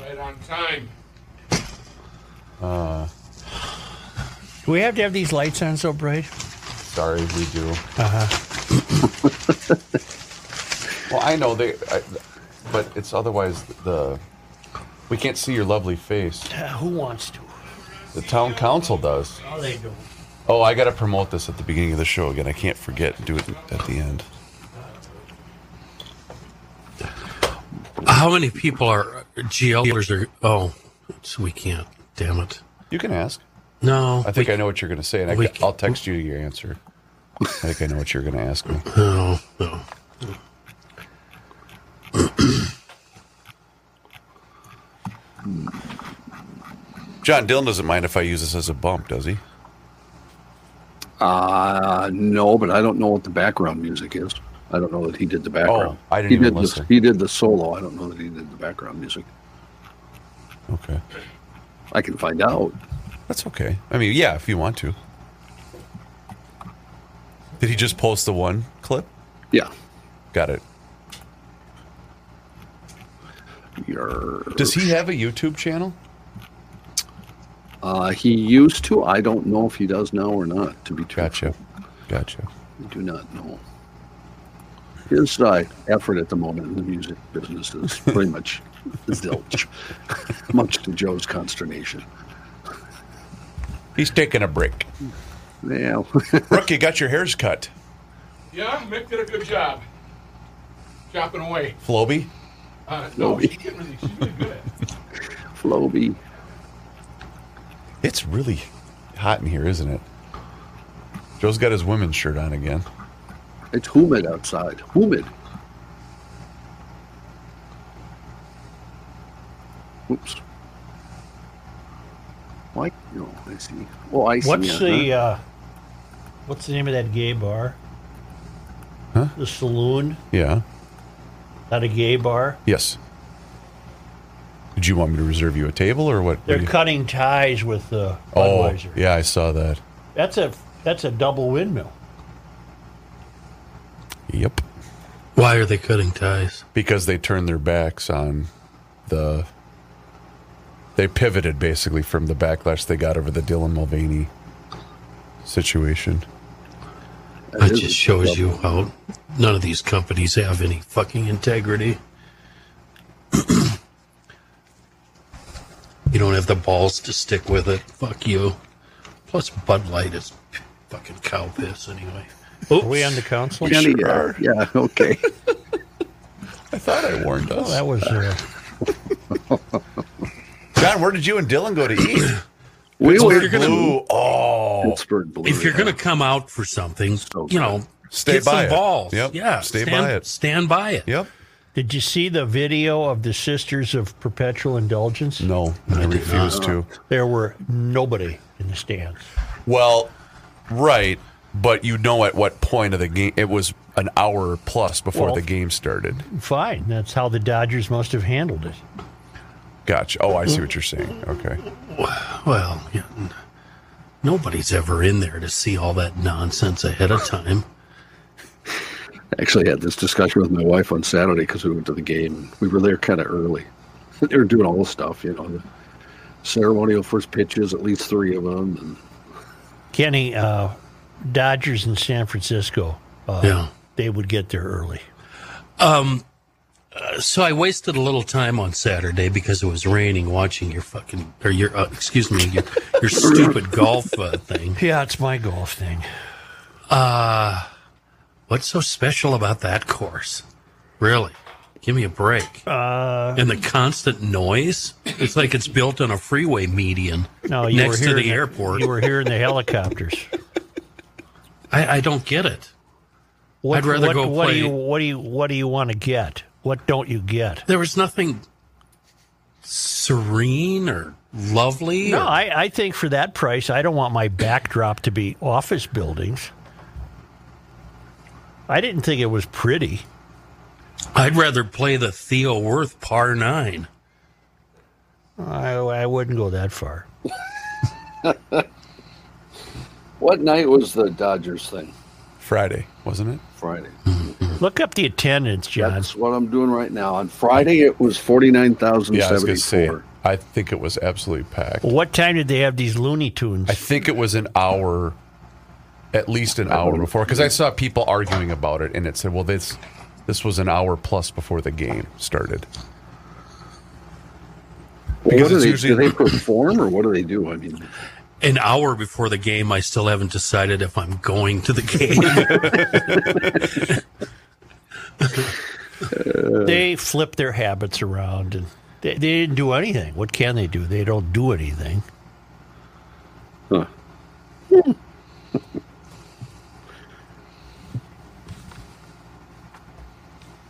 it on time. Do we have to have these lights on so bright? Sorry, we do. well, I know they, I, but it's otherwise the we can't see your lovely face. Uh, who wants to? The town council does. Oh, they do. Oh, I gotta promote this at the beginning of the show again. I can't forget. Do it at the end. How many people are GLers are? Oh, so we can't. Damn it. You can ask. No. I think I know what you're gonna say, and we I, can- I'll text you your answer. I think I know what you're gonna ask me. No. No. John Dillon doesn't mind if I use this as a bump, does he? Uh, no, but I don't know what the background music is. I don't know that he did the background. Oh, I didn't he even did listen. The, he did the solo. I don't know that he did the background music. Okay, I can find out. that's okay. I mean, yeah, if you want to. Did he just post the one clip? Yeah. Got it. Your, Does he have a YouTube channel? Uh, he used to. I don't know if he does now or not. To be truthful, Gotcha. Gotcha. I do not know. His uh, effort at the moment in the music business is pretty much zilch, much to Joe's consternation. He's taking a break. Yeah, Brooke, you got your hairs cut. Yeah, Mick did a good job. Chopping away. Floby? Uh, no, she didn't really. She's really good at it. Floby. It's really hot in here, isn't it? Joe's got his women's shirt on again. It's humid outside. Humid. Oops. Why? No, I see. Oh, I see. What's uh, the huh? uh, What's the name of that gay bar? Huh? The saloon? Yeah. Not a gay bar. Yes. Did you want me to reserve you a table or what? They're what do you- cutting ties with the oh, Budweiser. yeah, I saw that. That's a that's a double windmill. Yep. Why are they cutting ties? Because they turned their backs on the. They pivoted basically from the backlash they got over the Dylan Mulvaney situation. That That is just a shows double. you how none of these companies have any fucking integrity. you don't have the balls to stick with it. Fuck you. Plus, Bud Light is fucking cow piss anyway. Are we on the council? Kenny, yeah, yeah, okay. I thought I warned us. Oh, that was uh, John, where did you and Dylan go to eat? we Well, were if you're gonna- blue. Ooh, oh. Pittsburgh blue. If you're yeah. going to come out for something, you know, Stay get by some it. balls. Yep. Yeah. Stay stand, by it. Stand by it. Yep. Did you see the video of the Sisters of Perpetual Indulgence? No, I refuse to. There were nobody in the stands. Well, right, but you know at what point of the game it was an hour plus before Well- the game started. Fine. That's how the Dodgers must have handled it. Gotcha. Oh, I see what you're saying. Okay. Well, yeah, n- nobody's ever in there to see all that nonsense ahead of time. actually had this discussion with my wife on Saturday because we went to the game. We were there kind of early. They were doing all the stuff, you know, the ceremonial first pitches, at least three of them, and Kenny, uh, Dodgers in San Francisco, uh, Yeah. they would get there early. So I wasted a little time on Saturday because it was raining watching your fucking or your uh, excuse me your, your stupid golf uh, thing. Yeah, it's my golf thing. What's so special about that course? Really? Give me a break. Uh, and the constant noise. It's like it's built on a freeway median No, you next were to here the airport. You were hearing the helicopters. I, I don't get it. What, I'd rather what, go what Do play- you, what do you What do you want to get? What don't you get? There was nothing serene or lovely. No, or- I, I think for that price, I don't want my backdrop to be office buildings. I didn't think it was pretty. I'd rather play the Theo Worth par nine. I, I wouldn't go that far. What night was the Dodgers thing? Friday, wasn't it? Friday. Look up the attendance, John. That's what I'm doing right now. On Friday, it was forty-nine thousand Yeah, I was going to say, seventy-four. I think it was absolutely packed. What time did they have these Looney Tunes? I think it was an hour, at least an hour before, because I saw people arguing about it, and it said, "Well, this this was an hour plus before the game started." Well, Because what do it's they, usually- do they perform or what do they do? I mean, An hour before the game, I still haven't decided if I'm going to the game. they flip their habits around and they, they didn't do anything. What can they do? They don't do anything. huh.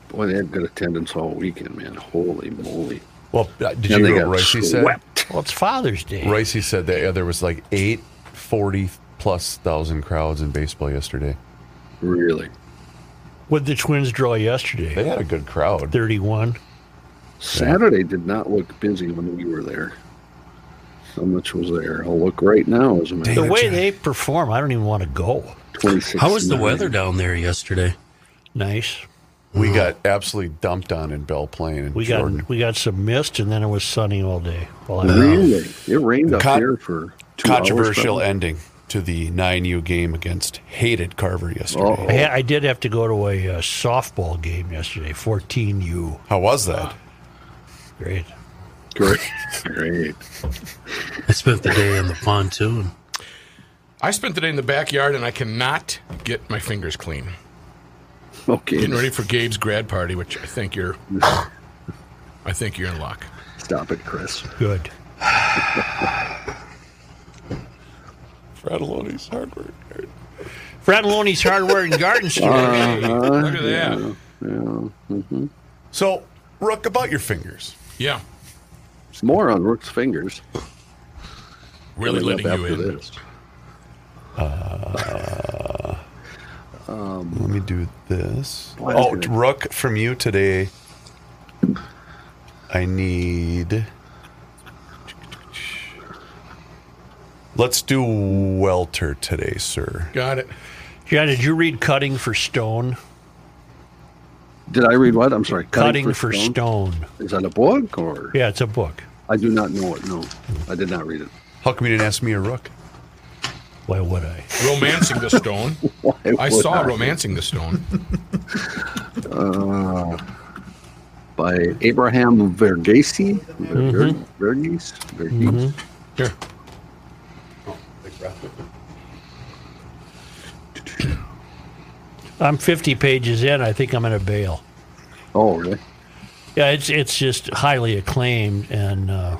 Boy, they had good attendance all weekend, man. Holy moly! Well, uh, did And you they hear got what Ricey said? swept. Well, it's Father's Day. Ricey said that yeah, there was like eight forty plus thousand crowds in baseball yesterday. Really, What did the Twins draw yesterday? They had a good crowd. 31. Saturday did not look busy when we were there. How much was there? I'll look right now. As a matter The of way they perform, I don't even want to go. 26 How was the nine. weather down there yesterday? Nice. We got absolutely dumped on in Belle Plaine and We Jordan. got we got some mist and then it was sunny all day. Well, I Really? It rained up Con- here for two Controversial Hours, ending to the nine U game against hated Carver yesterday. Oh. I, ha- I did have to go to a uh, softball game yesterday, 14U. How was that? Great. probably. great, great. I spent the day on the pontoon. I spent the day in the backyard and I cannot get my fingers clean. Okay, Getting ready for Gabe's grad party, which I think you're. I think you're in luck. stop it, Chris. Good. Fratelloni's hardware. Fratelloni's Hardware and Garden Store. Look at that. So, Rook, about your fingers. Yeah, It's more on Rook's fingers. really coming letting up you after in. this. Let me do this. Why oh, is it- Rook, from you today, I need. Let's do Welter today, sir. Got it. John, did you read Cutting for Stone? Did I read what? I'm sorry. Cutting, for, stone. Is that a book or? Yeah, it's a book. I do not know it. No, I did not read it. How come you didn't ask me a Rook? Why would I? Romancing the Stone. I would saw I? Romancing the Stone. by Abraham Verghese. Ver- Verghese. Verghese. Here. I'm 50 pages in. I think I'm going to bail. Oh, really? Yeah, it's it's just highly acclaimed, and uh,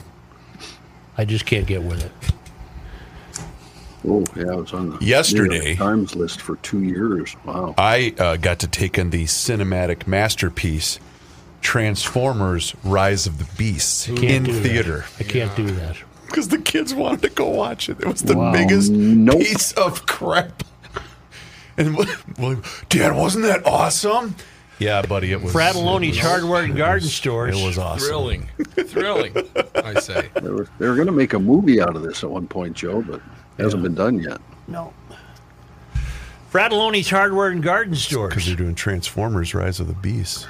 I just can't get with it. Oh, yeah. It was on the New York Yesterday. Times list for two years. Wow. I uh, got to take in the cinematic masterpiece, Transformers Rise of the Beasts, in do that. theater. I can't do that. Because the kids wanted to go watch it. It was the Wow. biggest Nope. piece of crap. And Wil- William, Dad, wasn't that awesome? Yeah, buddy, it was. it Fratelloni's was- Hardware and Garden It Stores. was awesome. Thrilling. Thrilling, I say. They were, they were going to make a movie out of this at one point, Joe, but it hasn't been done yet. No. Fratelloni's Hardware and Garden Because Stores. they're doing Transformers: Rise of the Beast.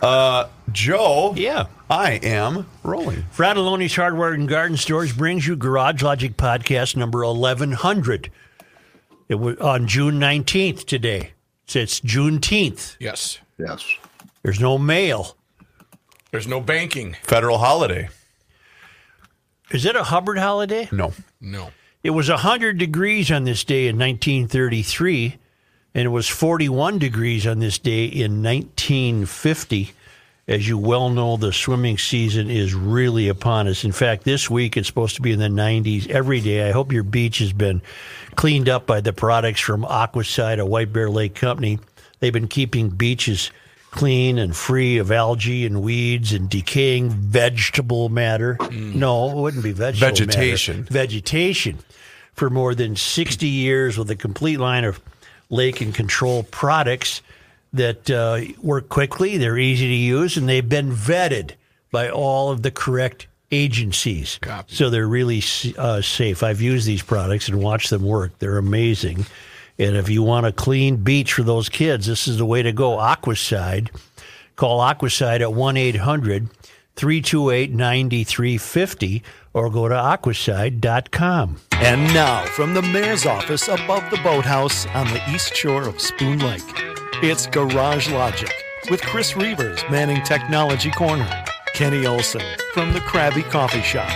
Uh, Joe. Yeah. I am rolling. Fratelloni's Hardware and Garden Stores brings you Garage Logic Podcast number 1100. It was on June 19th today. It's, it's Juneteenth. Yes. Yes. There's no mail. There's no banking. Federal holiday. Is it a Hubbard holiday? No. No. It was 100 degrees on this day in 1933, and it was 41 degrees on this day in 1950. As you well know, the swimming season is really upon us. In fact, this week it's supposed to be in the 90s every day. I hope your beach has been cleaned up by the products from Aquaside, a White Bear Lake company. They've been keeping beaches clean and free of algae and weeds and decaying vegetable matter. No, it wouldn't be vegetable matter Vegetation. vegetation for more than 60 years with a complete line of lake and control products that uh, work quickly, they're easy to use, and they've been vetted by all of the correct agencies. So they're really s- uh, safe. I've used these products and watched them work. They're amazing. And if you want a clean beach for those kids, this is the way to go. Aquaside. Call Aquaside at 1 800 328 9350 or go to aquaside.com. And now, from the mayor's office above the boathouse on the east shore of Spoon Lake, it's Garage Logic with Chris Reavers manning Technology Corner, Kenny Olson from the Krabby Coffee Shop,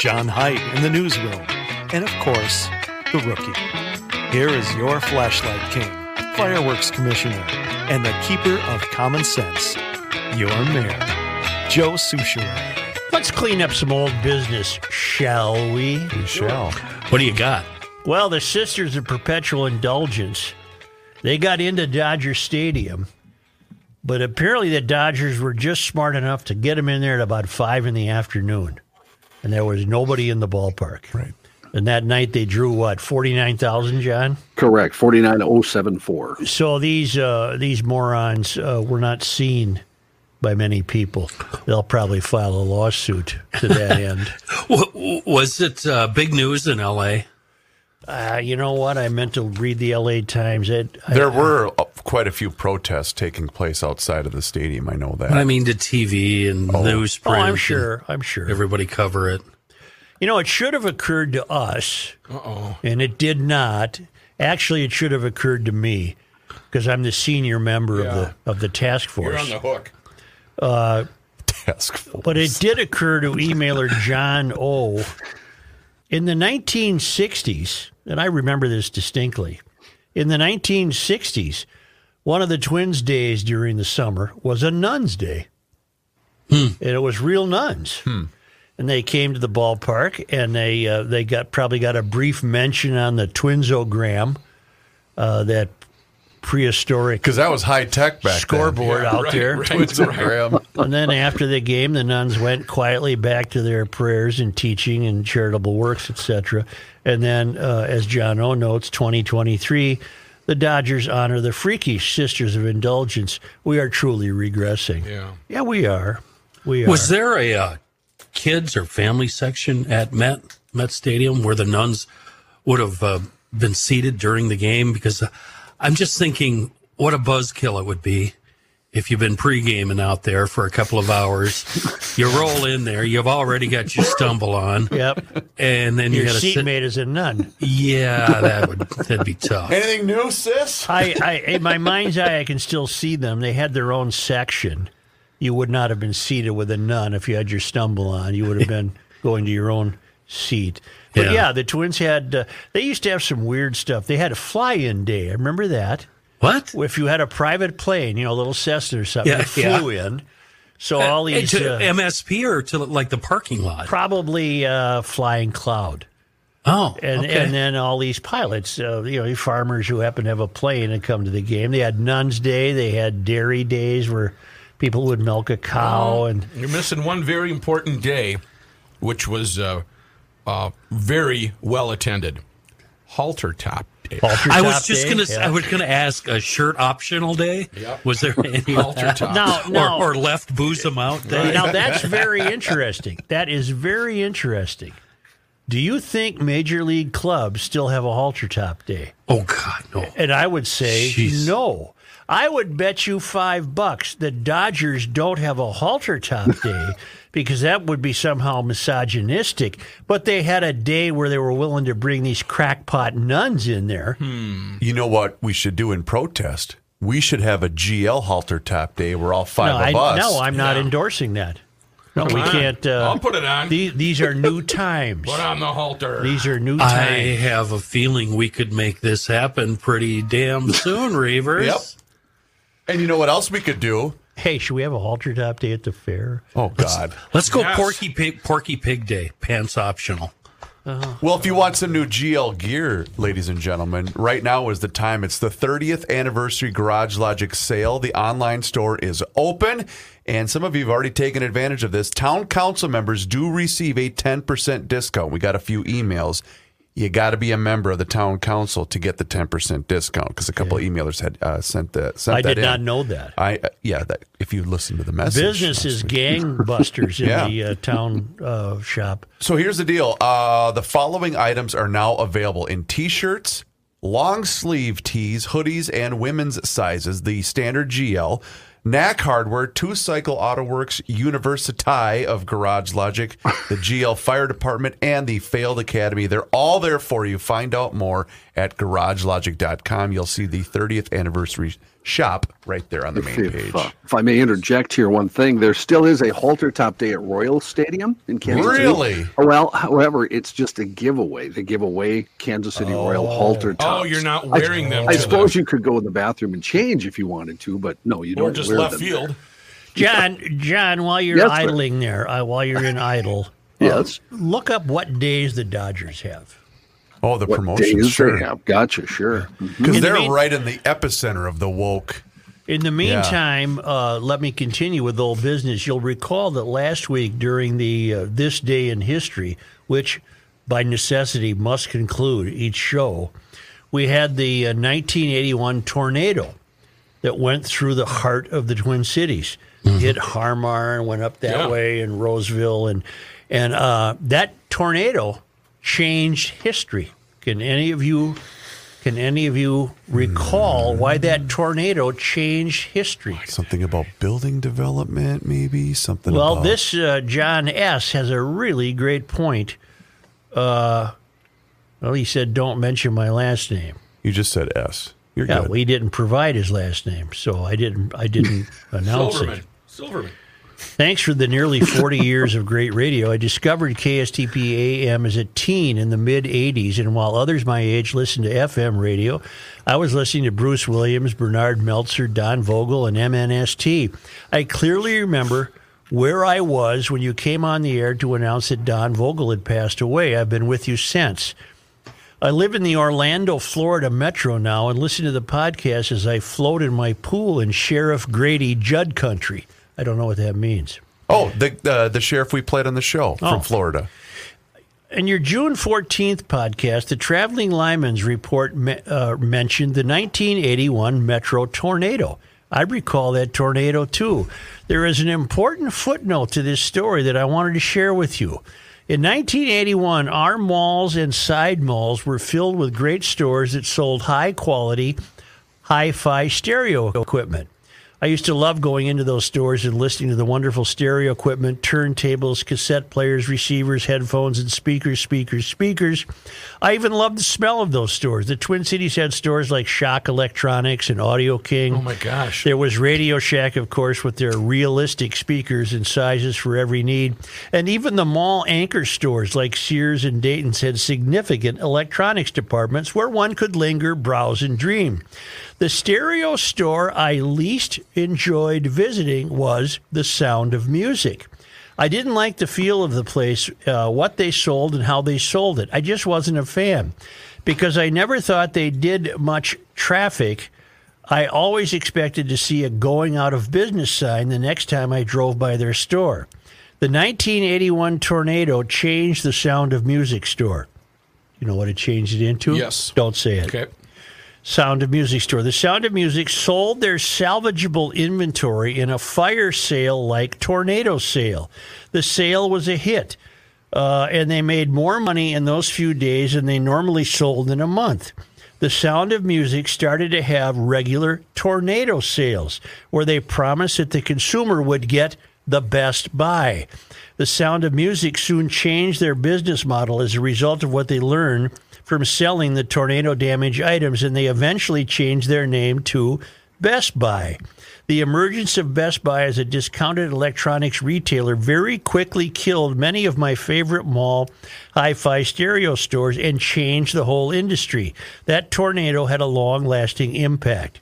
John Height in the newsroom, and of course, the rookie. Here is your flashlight king, fireworks commissioner, and the keeper of common sense, your mayor, Joe Souchere. Let's clean up some old business, shall we? We shall. What do you got? Well, the Sisters of Perpetual Indulgence, they got into Dodger Stadium, but apparently the Dodgers were just smart enough to get them in there at about five in the afternoon, and there was nobody in the ballpark. Right. And that night they drew what forty nine thousand, John. Correct. 49074. So these uh, these morons uh, were not seen by many people. They'll probably file a lawsuit to that end. W- was it uh, big news in L.A.? Uh, you know what? I meant to read the L.A. Times. It, I- There were uh, quite a few protests taking place outside of the stadium. I know that. I mean, did TV and oh, newsprint? I'm and sure. I'm sure. Everybody cover it. You know, it should have occurred to us, and it did not. Actually, it should have occurred to me because I'm the senior member Yeah. of the of the task You're on force. the hook. Task force. But it did occur to emailer John O. In the 1960s, and I remember this distinctly. In the 1960s, one of the twins' days during the summer was a nun's day, Hmm. and it was real nuns. And they came to the ballpark, and they uh, they got probably got a brief mention on the twinsogram, uh, that prehistoric Because that was high tech back scoreboard out right, there. right. then. Scoreboard. And then after the game, the nuns went quietly back to their prayers and teaching and charitable works, etc. And then, uh, as John O notes, 2023, the Dodgers honor the freakish Sisters of Indulgence. We are truly regressing. Yeah. yeah, we are. We are. Was there a uh, kids or family section at Met Met Stadium where the nuns would have uh, been seated during the game? Because uh, I'm just thinking, what a buzzkill it would be if you've been pre-gaming out there for a couple of hours. you roll in there, you've already got your stumble on, Yep, and then you your got to sit. seatmate is a nun. Yeah, that would that'd be tough. Anything new, sis? I, I, in my mind's eye, I can still see them. They had their own section. You would not have been seated with a nun if you had your stumble on. You would have been going to your own seat. But yeah, Yeah. the twins had. Uh, they used to have some weird stuff. They had a fly-in day. I remember that. What? If you had a private plane, you know, a little Cessna or something, Yeah, it flew in. So all Hey, these Eh, to uh, MSP or to like the parking lot? probably uh, flying cloud. Oh, and okay. and then all these pilots, uh, you know, farmers who happen to have a plane and come to the game. They had nuns' day. They had dairy days where people would milk a cow, and You're missing one very important day, which was uh, uh, very well attended. Halter top day. halter I top was just day. gonna. Yeah. I was gonna ask a shirt optional day. Yep. Was there any of Halter that? top. now, now, or, or left bosom out day? now that's very interesting. That is very interesting. Do you think major league clubs still have a halter top day? Oh God, no. And I would say Jeez. no. I would bet you five bucks the Dodgers don't have a halter top day because that would be somehow misogynistic. But they had a day where they were willing to bring these crackpot nuns in there. You know what we should do in protest? We should have a GL halter top day where all No, five I, of us. no, I'm not endorsing that. No, we on. can't. Uh, I'll put it on. the- these are new times. Put on the halter. These are new I times. have a feeling we could make this happen pretty damn soon, Reavers. Yep. And you know what else we could do? Hey, should we have a halter top day at the fair? Oh God! Let's go Yes. Porky Pig, Porky Pig Day, pants optional. Well, if you want some new GL gear, ladies and gentlemen, right now is the time. It's the 30th anniversary Garage Logic sale. The online store is open, and some of you have already taken advantage of this. Town council members do receive a 10% discount. We got a few emails. You got to be a member of the town council to get the 10% discount because a couple of emailers had uh, sent that. Sent I that did not in. know that. I uh, yeah, that, if you listen to the message, Business is gangbusters in Yeah. the uh, town uh, shop. So here's the deal. Uh, the following items are now available in t shirts, long sleeve tees, hoodies, and women's sizes, the standard GL. Knack Hardware, Two Cycle Auto Works, University of Garage Logic, the GL Fire Department, and the Failed Academy. They're all there for you. Find out more at garagelogic.com. You'll see the 30th anniversary shop right there on the main page. If, uh, if I may interject here, one thing there still is a halter top day at Royal Stadium in Kansas Really? City. Well, however, it's just a giveaway. They give away Kansas City Royal halter tops. Oh, you're not wearing them. I to the- suppose you could go in the bathroom and change if you wanted to, but no, you don't. or just wear left them field. John, John, while you're Yes, sir. idling there, uh, while you're in idle, there. Yes. look up what days the Dodgers have. Oh, the What promotion. days Sure. they have? Gotcha. Sure. Because In the they're mean- right in the epicenter of the woke. In the meantime, uh, let me continue with old business. You'll recall that last week during the uh, this day in history, which by necessity must conclude each show, we had the uh, 1981 tornado that went through the heart of the Twin Cities, hit Harmar and went up that Mm-hmm. Yeah. way and Roseville and and uh, that tornado changed history. Can any of you can any of you recall Mm. why that tornado changed history? Something about building development, maybe something. Well, about- this uh, John S. has a really great point. Uh, well, he said, don't mention my last name. you just said S. You're Yeah, good. we didn't provide his last name, so I didn't. I didn't announce Silverman. it. Silverman. Thanks for the nearly 40 years of great radio. I discovered KSTP AM as a teen in the mid 80s, and while others my age listened to FM radio, I was listening to Bruce Williams, Bernard Meltzer, Don Vogel, and MNST. I clearly remember where I was when you came on the air to announce that Don Vogel had passed away. I've been with you since. I live in the Orlando, Florida metro now and listen to the podcast as I float in my pool in Sheriff Grady Judd country. I don't know what that means. oh, the uh, the sheriff we played on the show Oh. from Florida. In your June 14th podcast, the Traveling Lyman's report me- uh, mentioned the 1981 Metro tornado. I recall that tornado too. There is an important footnote to this story that I wanted to share with you. In 1981, our malls and side malls were filled with great stores that sold high quality, hi fi stereo equipment. I used to love going into those stores and listening to the wonderful stereo equipment, turntables, cassette players, receivers, headphones, and speakers, speakers, speakers. I even loved the smell of those stores. The Twin Cities had stores like Shock Electronics and Audio King. Oh my gosh. There was Radio Shack, of course, with their realistic speakers and sizes for every need. And even the mall anchor stores like Sears and Dayton's had significant electronics departments where one could linger, browse, and dream. The stereo store I least enjoyed visiting was the sound of music. I didn't like the feel of the place, uh, what they sold, and how they sold it. I just wasn't a fan because I never thought they did much traffic. I always expected to see a going out of business sign the next time I drove by their store. The 1981 tornado changed the sound of music store. You know what it changed it into? Yes. Don't say it. Okay. Sound of Music store. The Sound of Music sold their salvageable inventory in a fire sale like tornado sale. The sale was a hit, uh, and they made more money in those few days than they normally sold in a month. The Sound of Music started to have regular tornado sales where they promised that the consumer would get the best buy. The Sound of Music soon changed their business model as a result of what they learned from selling the tornado damage items, and they eventually changed their name to Best Buy. The emergence of Best Buy as a discounted electronics retailer very quickly killed many of my favorite mall hi fi stereo stores and changed the whole industry. That tornado had a long lasting impact.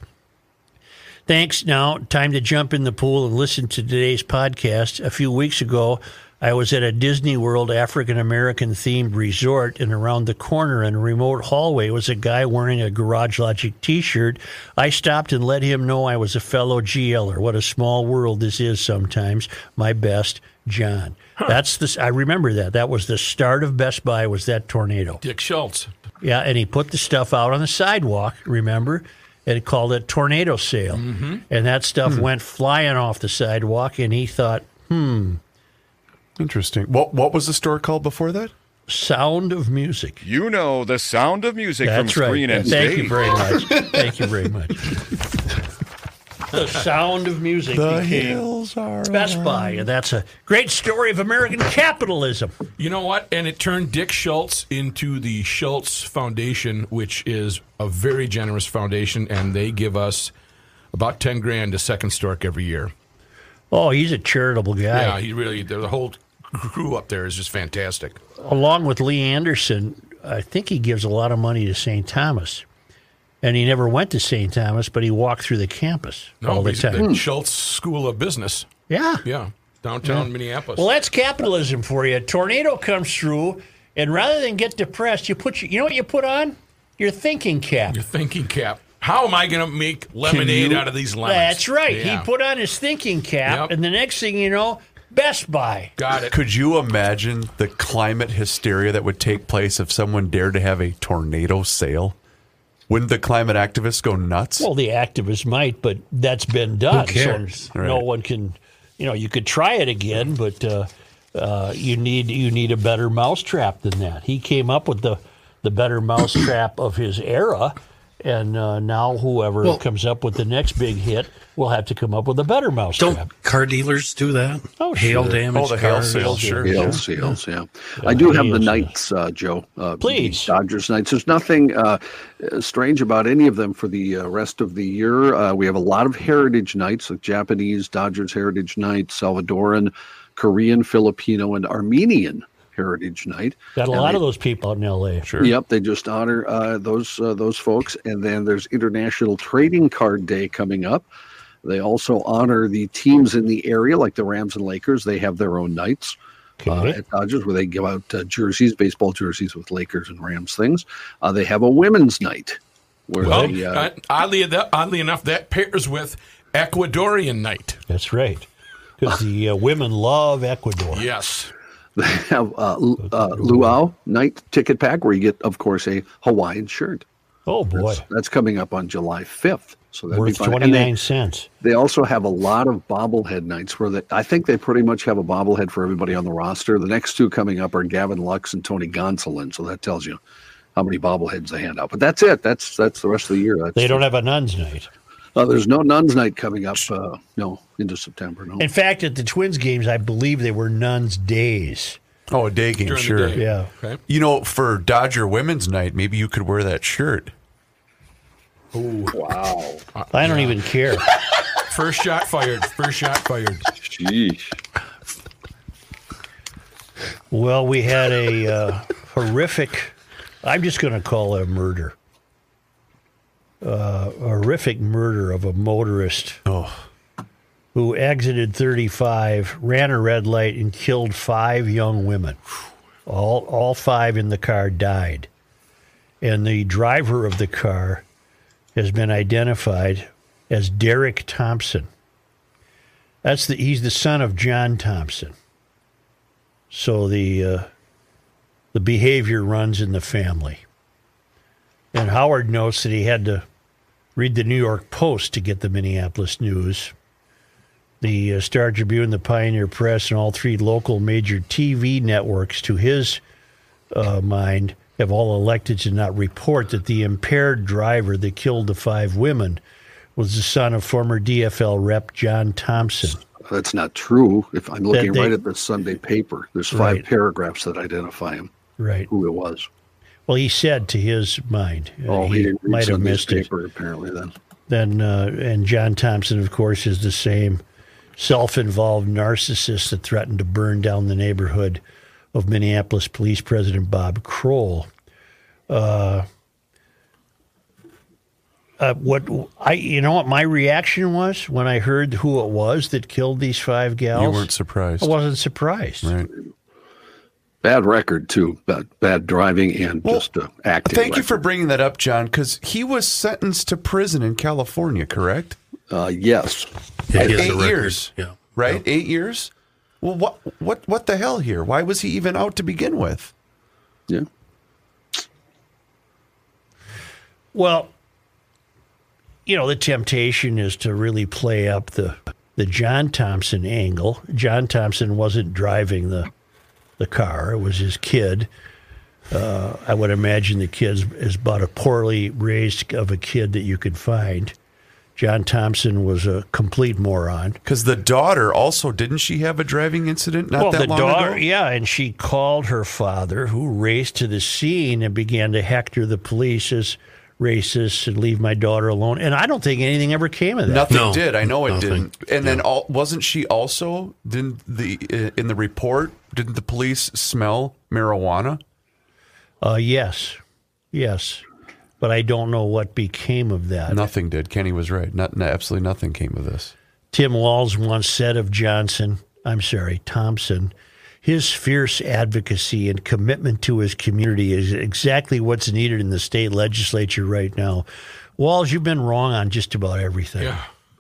Thanks. Now, time to jump in the pool and listen to today's podcast. A few weeks ago, I was at a Disney World African American themed resort, and around the corner in a remote hallway was a guy wearing a Garage Logic t shirt. I stopped and let him know I was a fellow GLer. What a small world this is sometimes. My best, John. That's this. I remember that. That was the start of Best Buy, was that tornado. Dick Schultz. Yeah, and he put the stuff out on the sidewalk, remember? And called it tornado sale. Mm-hmm. And that stuff Hmm. went flying off the sidewalk, and he thought, Interesting. What what was the store called before that? Sound of Music. You know the sound of music That's from right. screen and Thank stage. you very much. Thank you very much. the Sound of Music became are. Best Buy, and that's a great story of American capitalism. You know what? And it turned Dick Schultz into the Schultz Foundation, which is a very generous foundation, and they give us about ten grand to Second Stork every year. Oh, he's a charitable guy. Yeah, he really. The whole crew up there is just fantastic. along with Lee Anderson, I think he gives a lot of money to St. Thomas. And he never went to St. Thomas, but he walked through the campus all the Oh, he's time. Schultz School of Business. Yeah. Yeah, downtown Minneapolis. Well, that's capitalism for you. A tornado comes through, and rather than get depressed, you put your, you know what you put on? Your thinking cap. Your thinking cap. How am I going to make lemonade out of these lemons? That's right. Yeah. He put on his thinking cap, Yep. and the next thing you know, Best Buy. Got it. Could you imagine the climate hysteria that would take place if someone dared to have a tornado sale? Wouldn't the climate activists go nuts? Well, the activists might, but that's been done. Who cares? So no Right. one can, you know, you could try it again, but uh, uh, you need you need a better mousetrap than that. He came up with the the better mousetrap of his era, and uh, now whoever comes up with the next big hit will have to come up with a better Don't mousetrap. car dealers do that? Oh, hail sure. damage. Oh, the hail cars. sale, sure. Hail sales, yeah. I do have Hail the Knights, uh, Joe. Uh, the Please. Dodgers Knights. There's nothing uh, strange about any of them for the uh, rest of the year. Uh, we have a lot of heritage nights, like Japanese Dodgers Heritage Night, Salvadoran, Korean, Filipino, and Armenian Heritage Night. Got a And lot they- of those people out in L.A. Sure. Yep, they just honor uh, those uh, those folks, and then there's International Trading Card Day coming up. They also honor the teams in the area, like the Rams and Lakers. They have their own nights uh, Okay. at Dodgers where they give out uh, jerseys, baseball jerseys with Lakers and Rams things. Uh, they have a women's night where Well, they, uh, uh, oddly, that, oddly enough, that pairs with Ecuadorian night. That's right. Because the uh, women love Ecuador. Yes. they have uh, lu- uh, luau night ticket pack where you get, of course, a Hawaiian shirt. Oh boy, That's, that's coming up on July 5th. So that'd worth be fun. twenty And they- nine cents. They also have a lot of bobblehead nights where they, I think they pretty much have a bobblehead for everybody on the roster. The next two coming up are Gavin Lux and Tony Gonsolin, so that tells you how many bobbleheads they hand out. But that's it. That's that's the rest of the year. That's, They don't have a nuns' night. Uh, there's no nuns night coming up. Uh, no, into September. No. In fact, at the Twins games, I believe they were nuns' days. oh, a day game, During the sure. day. Yeah. Okay. You know, for Dodger Women's Night, maybe you could wear that shirt. Wow. I don't even care. First shot fired. First shot fired. Sheesh. well, we had a uh, horrific, I'm just going to call it a murder, uh, horrific murder of a motorist who exited 35, ran a red light, and killed five young women. All, all five in the car died. And the driver of the car has been identified as Derek Thompson. That's the he's the son of John Thompson. So the uh, the behavior runs in the family. And Howard notes that he had to read the New York Post to get the Minneapolis news. The uh, Star Tribune, the Pioneer Press, and all three local major TV networks, to his uh, mind, have all elected to not report that the impaired driver that killed the five women was the son of former DFL rep John Thompson. That's not true. If I'm looking they- right at the Sunday paper, there's five Right. paragraphs that identify him, Right. who it was. Well, he said to his mind, uh, Oh, he, he, didn't read might have Sunday's missed it. paper apparently. Then Then, uh, and John Thompson, of course, is the same self-involved narcissist that threatened to burn down the neighborhood of Minneapolis Police President Bob Kroll. Uh, uh, what I, you know, what my reaction was when I heard who it was that killed these five gals. You weren't surprised. I wasn't surprised. Right. bad record too. Bad, bad driving and Well, just uh, acting. Thank you record. for bringing that up, John, because he was sentenced to prison in California, correct? Uh, yes. Yeah, he has a Eight record. years, Yeah. right? Eight years. Well, what, what, what the hell here? Why was he even out to begin with? Yeah. Well, you know, the temptation is to really play up the the John Thompson angle. John Thompson wasn't driving the the car; it was his kid, Uh, I would imagine the kid's is about a poorly raised of a kid that you could find. John Thompson was a complete moron. Because the daughter also didn't she have a driving incident not well, that the long daughter, ago? yeah, and she called her father, who raced to the scene and began to hector the police as racist and leave my daughter alone. And I don't think anything ever came of that. Nothing No, did. I know it nothing. didn't. And then all, wasn't she also didn't the uh, in the report didn't the police smell marijuana? Uh, yes, yes, but I don't know what became of that. Nothing did. Kenny was right. Not, no, absolutely nothing came of this. Tim Walz once said of Johnson, I'm sorry, Thompson, his fierce advocacy and commitment to his community is exactly what's needed in the state legislature right now. Walls, you've been wrong on just about everything.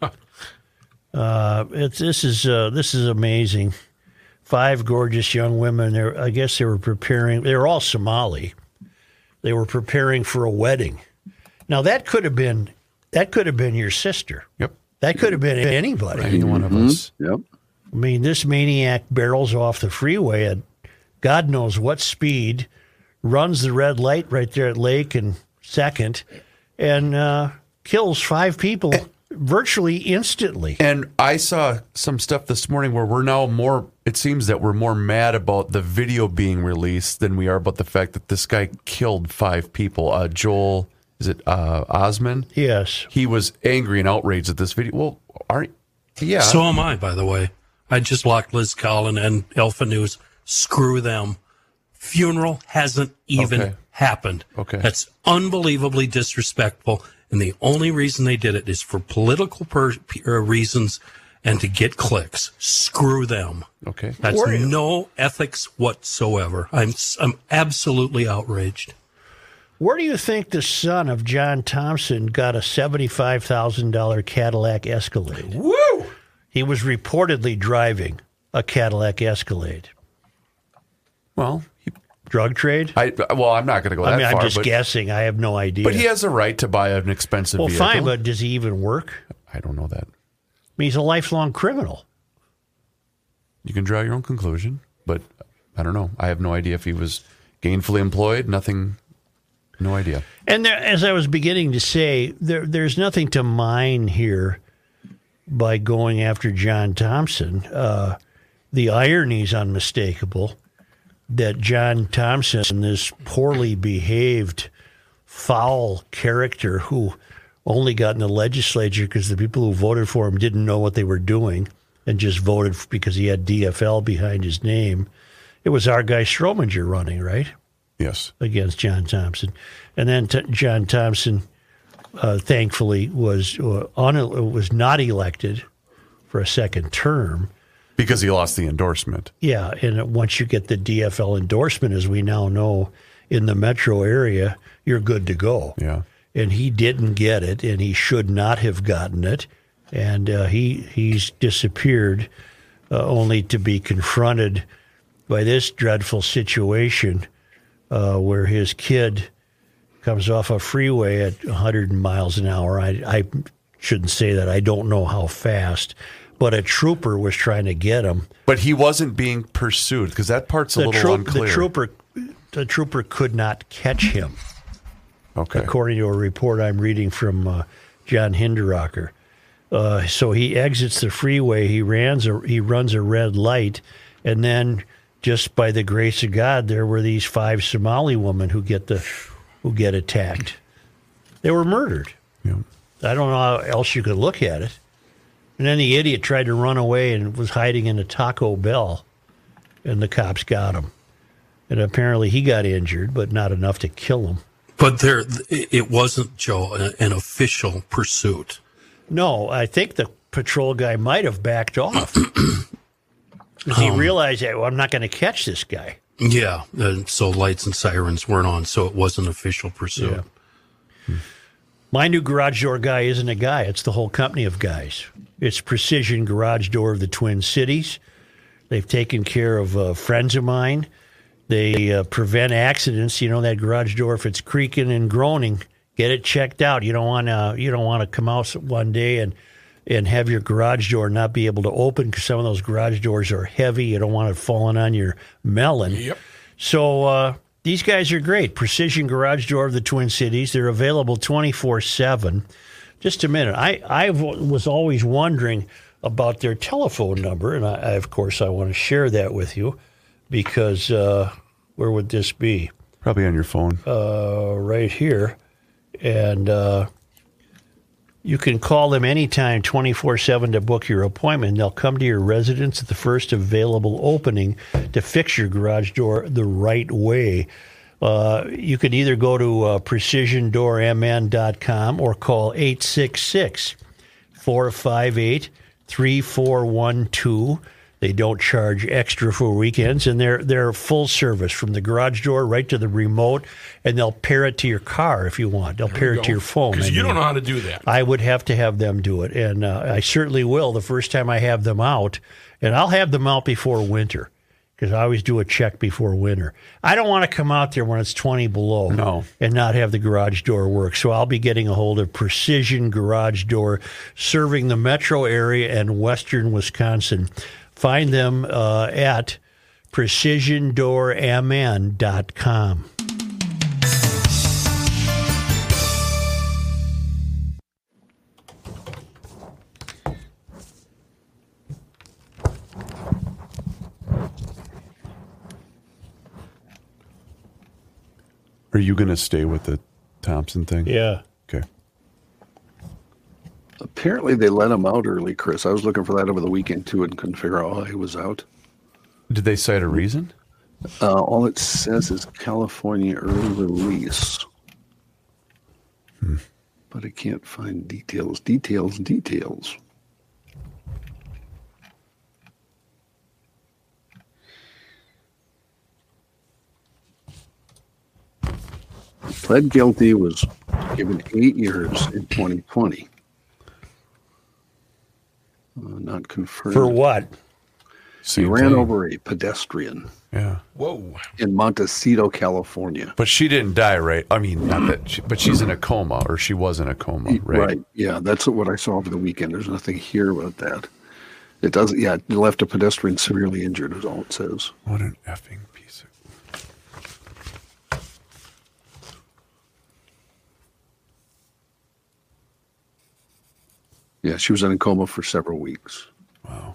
Yeah. uh, it's, this is uh, this is amazing. Five gorgeous young women. they I guess they were preparing. They were all Somali. They were preparing for a wedding. Now that could have been that could have been your sister. Yep. That could have been anybody. Any one of us. Yep. I mean, this maniac barrels off the freeway at God knows what speed, runs the red light right there at Lake and Second, and uh, kills five people virtually instantly. And I saw some stuff this morning where we're now more. It seems that we're more mad about the video being released than we are about the fact that this guy killed five people. Uh, Joel, is it uh, Osman? Yes. He was angry and outraged at this video. Well, aren't yeah? So am I, by the way. I just blocked Liz Collin and Alpha News. Screw them. Funeral hasn't even Okay. happened. Okay. That's unbelievably disrespectful. And the only reason they did it is for political per- uh, reasons and to get clicks. Screw them. okay. That's no ethics whatsoever. I'm, s- I'm absolutely outraged. Where do you think the son of John Thompson got a $75,000 Cadillac Escalade? Woo! He was reportedly driving a Cadillac Escalade. Well, he, Drug trade? I well, I'm not going to go that I mean, far. I'm just but, guessing. I have no idea. but he has a right to buy an expensive well, vehicle. fine, but does he even work? I don't know that. I mean, he's a lifelong criminal. You can draw your own conclusion, but I don't know. I have no idea if he was gainfully employed. Nothing. No idea. And there, as I was beginning to say, there, there's nothing to mine here by going after John Thompson. Uh, the irony is unmistakable that John Thompson, this poorly behaved, foul character who only got in the legislature because the people who voted for him didn't know what they were doing and just voted f- because he had DFL behind his name. It was our guy Strominger running, right? Yes. against John Thompson, and then t- John Thompson, uh, thankfully, was uh, un- was not elected for a second term. Because he lost the endorsement. Yeah, and once you get the DFL endorsement, as we now know in the metro area, you're good to go. Yeah. and he didn't get it, and he should not have gotten it, and uh, he he's disappeared, uh, only to be confronted by this dreadful situation, uh, where his kid comes off a freeway at 100 miles an hour. I, I shouldn't say that. I don't know how fast, but a trooper was trying to get him. But he wasn't being pursued because that part's a The, little troop- unclear. the trooper, the trooper could not catch him, okay. according to a report I'm reading from uh, John Hinderacher. Uh, so he exits the freeway. He runs a he runs a red light, and then just by the grace of God, there were these five Somali women who get the who get attacked. They were murdered. Yeah. I don't know how else you could look at it. And then the idiot tried to run away and was hiding in a Taco Bell, and the cops got him. And apparently he got injured, but not enough to kill him. But there, it it wasn't, Joe, a- an official pursuit. No, I think the patrol guy might have backed off. 'Cause he realized that, well, I'm not going to catch this guy. Yeah, and so lights and sirens weren't on, so it was an official pursuit. Yeah. My new garage door guy isn't a guy, it's the whole company of guys. It's Precision Garage Door of the Twin Cities. They've taken care of uh, friends of mine. They uh, prevent accidents. You know that garage door if it's creaking and groaning, get it checked out. You don't want to you don't want to come out one day and and have your garage door not be able to open because some of those garage doors are heavy. You don't want it falling on your melon. Yep. So uh, These guys are great. Precision Garage Door of the Twin Cities. They're available 24 7. Just a minute. I, I was always wondering about their telephone number, and I, I of course, I want to share that with you because uh, where would this be? Probably on your phone. uh, right here. And uh, you can call them anytime 24 7 to book your appointment. They'll come to your residence at the first available opening to fix your garage door the right way. Uh, you can either go to uh, precisiondoormn.com or call 866 458 3412. They don't charge extra for weekends, and they're they're full service from the garage door right to the remote, and they'll pair it to your car if you want. They'll pair it to your phone. Because I you mean. don't know how to do that. I would have to have them do it, and uh, I certainly will the first time I have them out, and I'll have them out before winter because I always do a check before winter. I don't want to come out there when it's twenty below, No. and not have the garage door work. So I'll be getting a hold of Precision Garage Door, serving the metro area and western Wisconsin. Find them uh, at precisiondoormn.com. Are you going to stay with the Thompson thing? Yeah. Okay. Apparently, they let him out early, Chris. I was looking for that over the weekend too, and couldn't figure out why he was out. Did they cite a reason? Uh, all it says is California early release, Hmm. but I can't find details. Details. Details. He Pled guilty was given eight years in 2020. Uh, not confirmed. For what? He Same ran thing. over a pedestrian Yeah. Whoa. in Montecito, California. But she didn't die, right? I mean, not that, she, but she's in a coma, or she was in a coma, right? Yeah, that's what I saw over the weekend. There's nothing here about that. It doesn't. Yeah, it left a pedestrian severely injured. Is all it says. What an effing piece of. Yeah, she was in a coma for several weeks, Wow.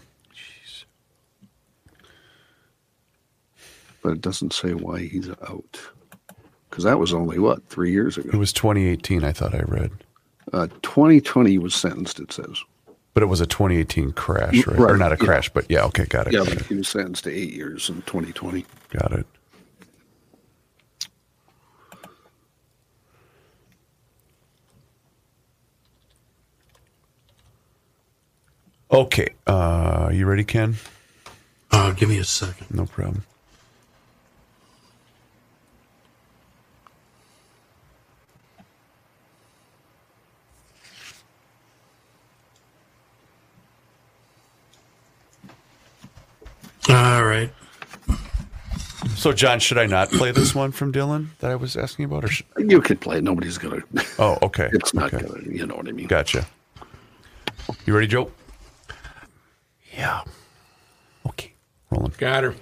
but it doesn't say why he's out. Because that was only what three years It ago. was 2018, I thought I read. Uh, 2020 he was sentenced. It says. But it was a 2018 crash, right? Or Right, not a yeah. crash, but yeah, okay, got it. Yeah, got, but it he was sentenced to eight years in 2020. got it. Okay, uh, you ready, Ken? Uh, give me a second. No problem. All right. So, John, should I not play this one from Dylan that I was asking about? Or should, You could play. it. Nobody's gonna. oh, okay. it's not okay. gonna. You know what I mean. Gotcha. You ready, Joe? Yeah. Okay. Rolling. Got her.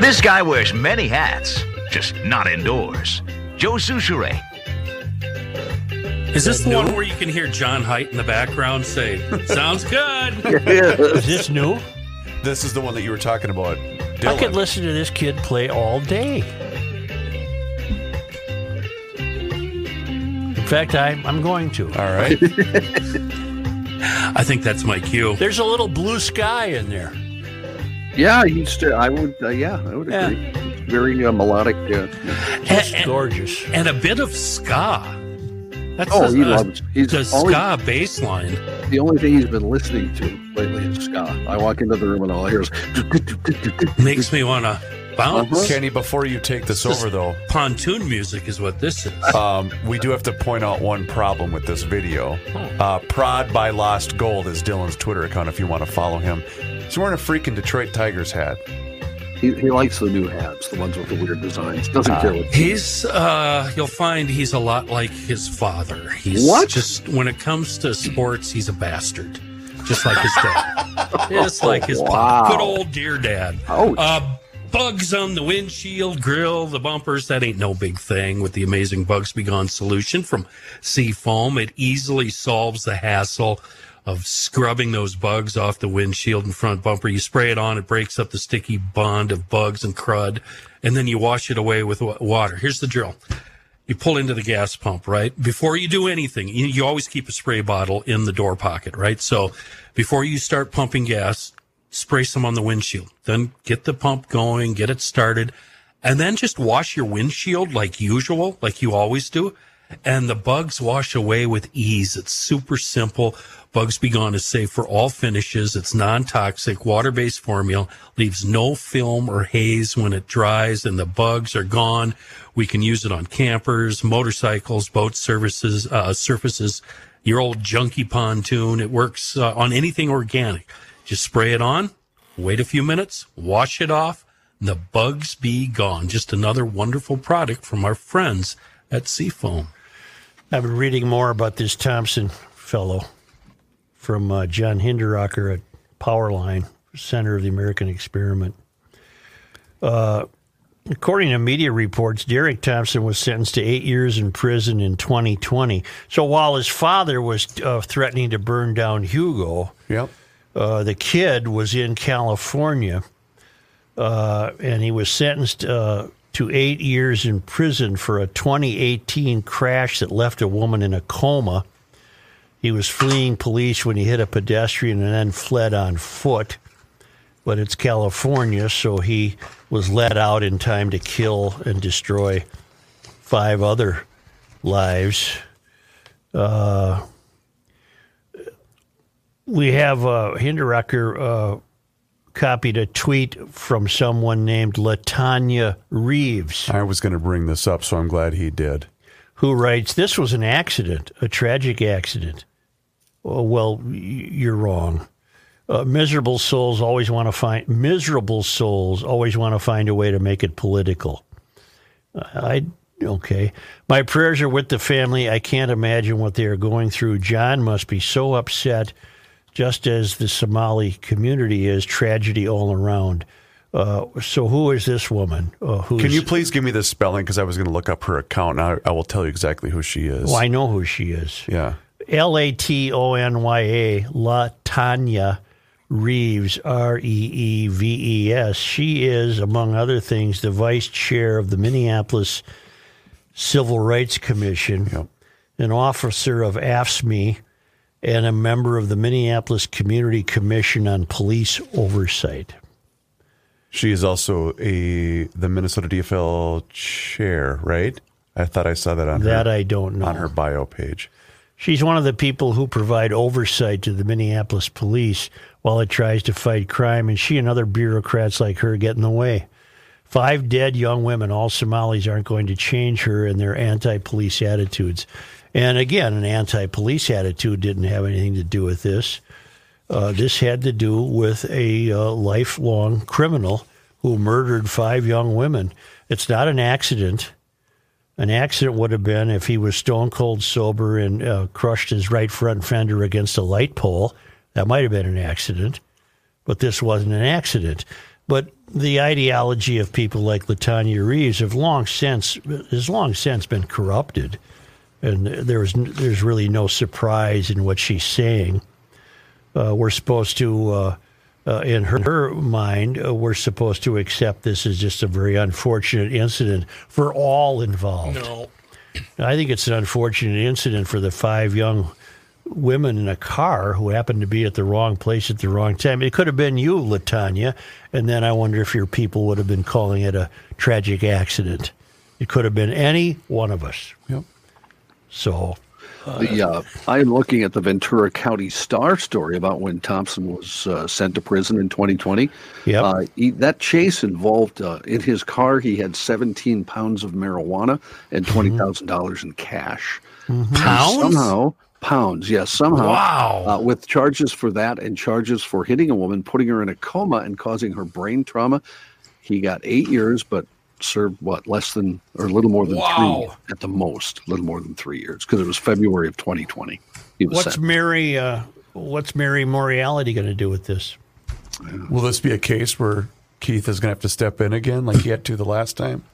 This guy wears many hats, just not indoors. Joe Souchere. Is this the one where you can hear John Height in the background say, "Sounds good"? Is this new? This is the one that you were talking about. I could Dylan. listen to this kid play all day. In fact, I, I'm going to. All right. I think that's my cue. There's a little blue sky in there. Yeah, he still. I would. Uh, yeah, I would Yeah. agree. Very uh, melodic. Uh, It's and- gorgeous. and a bit of ska. That's Oh, he uh, loves- he's the always- ska bass line. The only thing he's been listening to lately is ska. I walk into the room and all I hear is Makes me want to bounce. Kenny, before you take this This is over, though, Uh-huh. Pontoon music is what this is. um, we do have to point out one problem with this video. Uh, Prod by Lost Gold is Dylan's Twitter account if you want to follow him. He's wearing a freaking Detroit Tigers hat. he, he likes the new hats, the ones with the weird designs. Doesn't care what. He's, uh, you'll find he's a lot like his father. He's What? just, when it comes to sports, he's a bastard. just like his dad. just like his Wow. good old dear dad. Ouch. Uh, bugs on the windshield, grill, the bumpers, that ain't no big thing with the amazing Bugs Be Gone solution from Seafoam. It easily solves the hassle of scrubbing those bugs off the windshield and front bumper. You spray it on, it breaks up the sticky bond of bugs and crud, and then you wash it away with wa- water. Here's the drill you pull into the gas pump, right? Before you do anything, you, you always keep a spray bottle in the door pocket, right? So before you start pumping gas, spray some on the windshield. Then get the pump going, get it started, and then just wash your windshield like usual, like you always do. And the bugs wash away with ease. It's super simple. Bugs Be Gone is safe for all finishes. It's non toxic, water based formula, leaves no film or haze when it dries, and the bugs are gone. We can use it on campers, motorcycles, boat services, uh, surfaces, your old junky pontoon. It works uh, on anything organic. Just spray it on, wait a few minutes, wash it off, and the bugs be gone. Just another wonderful product from our friends at Seafoam. I've been reading more about this Thompson fellow from uh, John Hinderacher at Powerline, Center of the American Experiment. Uh, according to media reports, Derek Thompson was sentenced to eight years in prison in 2020. So while his father was uh, threatening to burn down Hugo, Yep. uh, the kid was in California, uh, and he was sentenced uh, to eight years in prison for a 2018 crash that left a woman in a coma. He was fleeing police when he hit a pedestrian and then fled on foot. But it's California, so he was let out in time to kill and destroy five other lives. we have uh, Hinderacker uh, copied a tweet from someone named Latanya Reeves, I was going to bring this up, so I'm glad he did. who writes, "This was an accident, a tragic accident." Oh, well, y- you're wrong. Uh, miserable souls always want to find miserable souls always want to find a way to make it political. I okay. My prayers are with the family. I can't imagine what they are going through. John must be so upset, just as the Somali community is. Tragedy all around. Uh, so who is this woman? Uh, who's, Can you please give me the spelling? Because I was going to look up her account, and I, I will tell you exactly who she is. Oh, I know who she is. Yeah. L A T O N Y A, LaTanya Reeves, R E E V E S. She is, among other things, the vice chair of the Minneapolis Civil Rights Commission, an officer of AFSME, E, and a member of the Minneapolis Community Commission on Police Oversight. She is also a the Minnesota DFL chair, right? I thought I saw that on That her, I don't know. on her bio page. She's one of the people who provide oversight to the Minneapolis police while it tries to fight crime, and she and other bureaucrats like her get in the way. Five dead young women, all Somalis, aren't going to change her and their anti police attitudes. And again, an anti police attitude didn't have anything to do with this. Uh, this had to do with a uh, lifelong criminal who murdered five young women. It's not an accident an accident would have been if he was stone cold sober and uh, crushed his right front fender against a light pole. That might have been an accident, but this wasn't an accident. But the ideology of people like Latanya Reeves have long since has long since been corrupted, and there's there's really no surprise in what she's saying. Uh, we're supposed to, uh, uh, in her, her mind, uh, we're supposed to accept this as just a very unfortunate incident for all involved. No. I think it's an unfortunate incident for the five young women in a car who happened to be at the wrong place at the wrong time. It could have been you, Latanya, and then I wonder if your people would have been calling it a tragic accident. It could have been any one of us. Yep. So The, uh, I am looking at the Ventura County Star story about when Thompson was uh, sent to prison in 2020. Yep. Uh, he, that chase involved uh, in his car, he had 17 pounds of marijuana and $20,000 in cash. Pounds? Somehow, pounds, yes, somehow. Wow. Uh, with charges for that and charges for hitting a woman, putting her in a coma, and causing her brain trauma. He got eight years, but served what, less than or a little more than Wow. three at the most, a little more than three years because it was February of 2020. He was what's sent. Mary uh, what's Mary Moriality going to do with this? Will this be a case where Keith is going to have to step in again, like he had to the last time?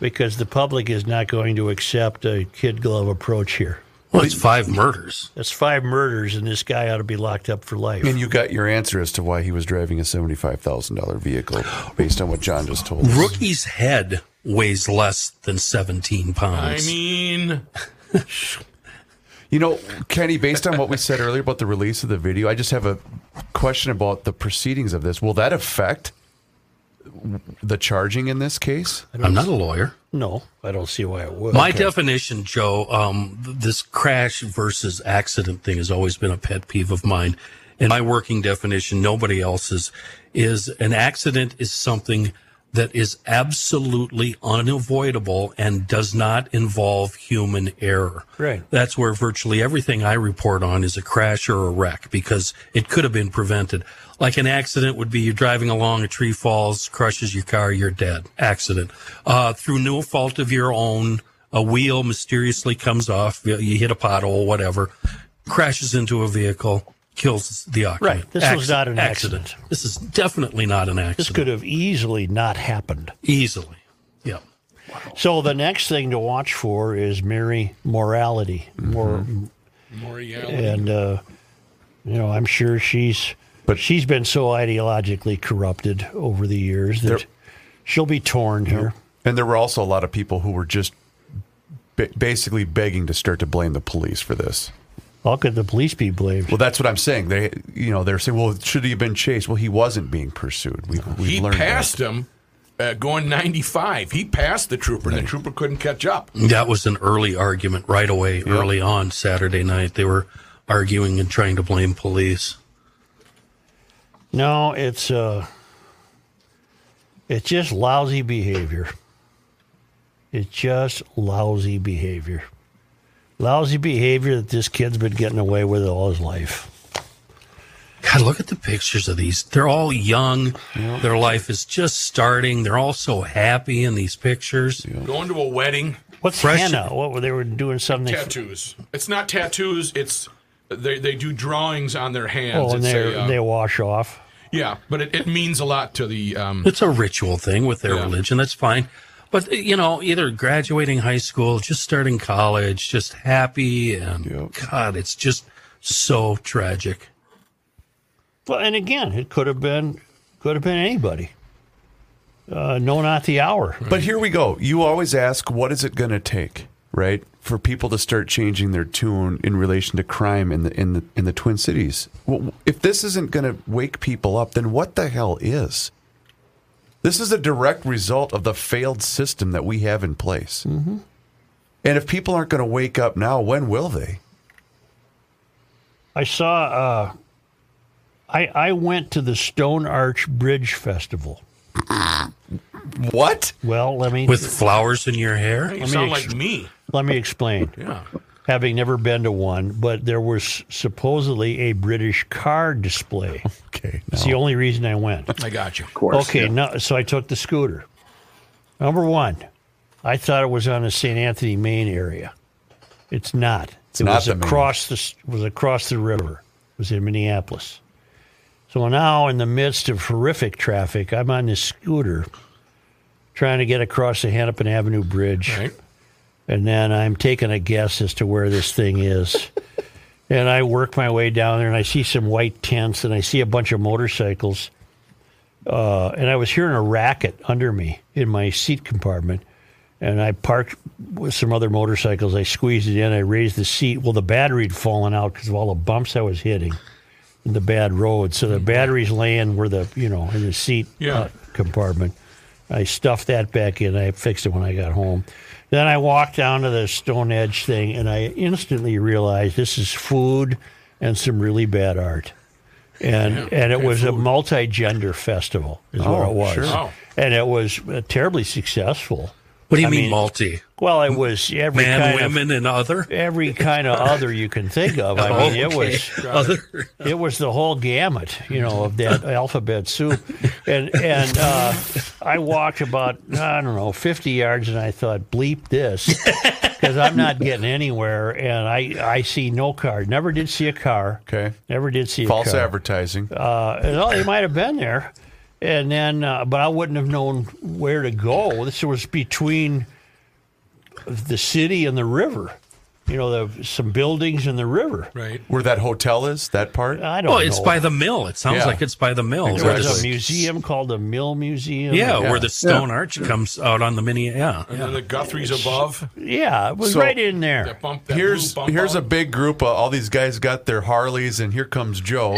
Because the public is not going to accept a kid glove approach here. Well, it's five murders. That's five murders, and this guy ought to be locked up for life. And you got your answer as to why he was driving a seventy-five thousand dollar vehicle, based on what John just told us. Rookie's head weighs less than 17 I pounds. mean, You know, Kenny, based on what we said earlier about the release of the video, I just have a question about the proceedings of this. Will that affect the charging in this case? I'm not a lawyer. no, I don't see why it would. My definition, Joe, um, th- this crash versus accident thing has always been a pet peeve of mine. And my working definition, nobody else's, is an accident is something that is absolutely unavoidable and does not involve human error. Right. That's where virtually everything I report on is a crash or a wreck because it could have been prevented. Like an accident would be you're driving along, a tree falls, crushes your car, you're dead. Accident. Uh, through no fault of your own, a wheel mysteriously comes off, you- you hit a pothole, whatever, crashes into a vehicle, kills the occupant. Right. This was not an accident. This is definitely not an accident. this could have easily not happened. Easily. Yeah. So the next thing to watch for is Mary Morality. Mor- and uh, you know, I'm sure she's but she's been so ideologically corrupted over the years that There- she'll be torn here. And there were also a lot of people who were just ba- basically begging to start to blame the police for this. How could the police be blamed? Well, that's what I'm saying. They, you know, they're saying, "Well, should he have been chased?" Well, he wasn't being pursued. We, we he learned passed that. him uh, going 95. He passed the trooper, and the trooper couldn't catch up. That was an early argument right away, early on Saturday night. They were arguing and trying to blame police. No, it's uh, it's just lousy behavior. It's just lousy behavior. Lousy behavior that this kid's been getting away with all his life. God, look at the pictures of these. They're all young. Their life is just starting. They're all so happy in these pictures. Going to a wedding, What's Fresh- Hannah? What were they were doing something? tattoos. It's not tattoos. It's they, they do drawings on their hands. Oh, and It's they a, uh, they wash off. yeah, but it, it means a lot to the. Um, It's a ritual thing with their Yeah. religion. That's fine. But, you know, either graduating high school, just starting college, just happy. And God, it's just so tragic. Well, and again, it could have been could have been anybody. Uh, no, not the hour. But here we go. You always ask, "What is it going to take?" Right for people to start changing their tune in relation to crime in the in the in the Twin Cities. Well, if this isn't going to wake people up, then what the hell is? This is a direct result of the failed system that we have in place. And if people aren't going to wake up now, when will they? I saw. Uh, I I went to the Stone Arch Bridge Festival. What? Well, let me With flowers in your hair? you sound ex- like me. let me explain. Yeah. Having never been to one, but there was supposedly a British car display. Okay. It's the only reason I went. I got you. Of course. Okay, no, so I took the scooter. Number one, I thought it was on the St. Anthony, Maine area. It's not. it not was the Maine. across the s- was across the river. It was in Minneapolis. So now, in the midst of horrific traffic, I'm on this scooter trying to get across the Hennepin Avenue Bridge, Right. and then I'm taking a guess as to where this thing is. and I work my way down there, and I see some white tents, and I see a bunch of motorcycles and I was hearing a racket under me in my seat compartment. And I parked with some other motorcycles. I squeezed it in. I raised the seat. Well, the battery had fallen out because of all the bumps I was hitting in the bad road. So the battery's laying where the, you know, in the seat Yeah. uh, compartment. I stuffed that back in. I fixed it when I got home. Then I walked down to the Stone Edge thing and I instantly realized this is food and some really bad art and and it was a multi-gender festival is what Oh, it was sure. Oh. and it was uh, terribly successful What do you I mean, mean, multi? Well, it was every Man, kind of women, and other. every kind of other you can think of. I mean, it Okay. was other. it was the whole gamut, you know, of that alphabet soup. And and uh, I walked about I don't know fifty yards, and I thought, bleep this, because I'm not getting anywhere, and I I see no car. Never did see a car. Okay. Never did see False a car. advertising. Uh, and, oh, they might have been there, and then uh, but I wouldn't have known where to go. This was between the city and the river. You know, the, some buildings and the river. Right. Where that hotel is, that part? I don't Well, know. it's by the mill. It sounds Yeah. like it's by the mill. where Exactly. the- There's a museum called the Mill Museum. yeah, Yeah. where the stone arch comes out on the mini. Yeah, And then the Guthrie's above. Yeah, it was So- right in there. That bump, that Here's blue bump here's a out. big group of all these guys got their Harleys, and here comes Joe.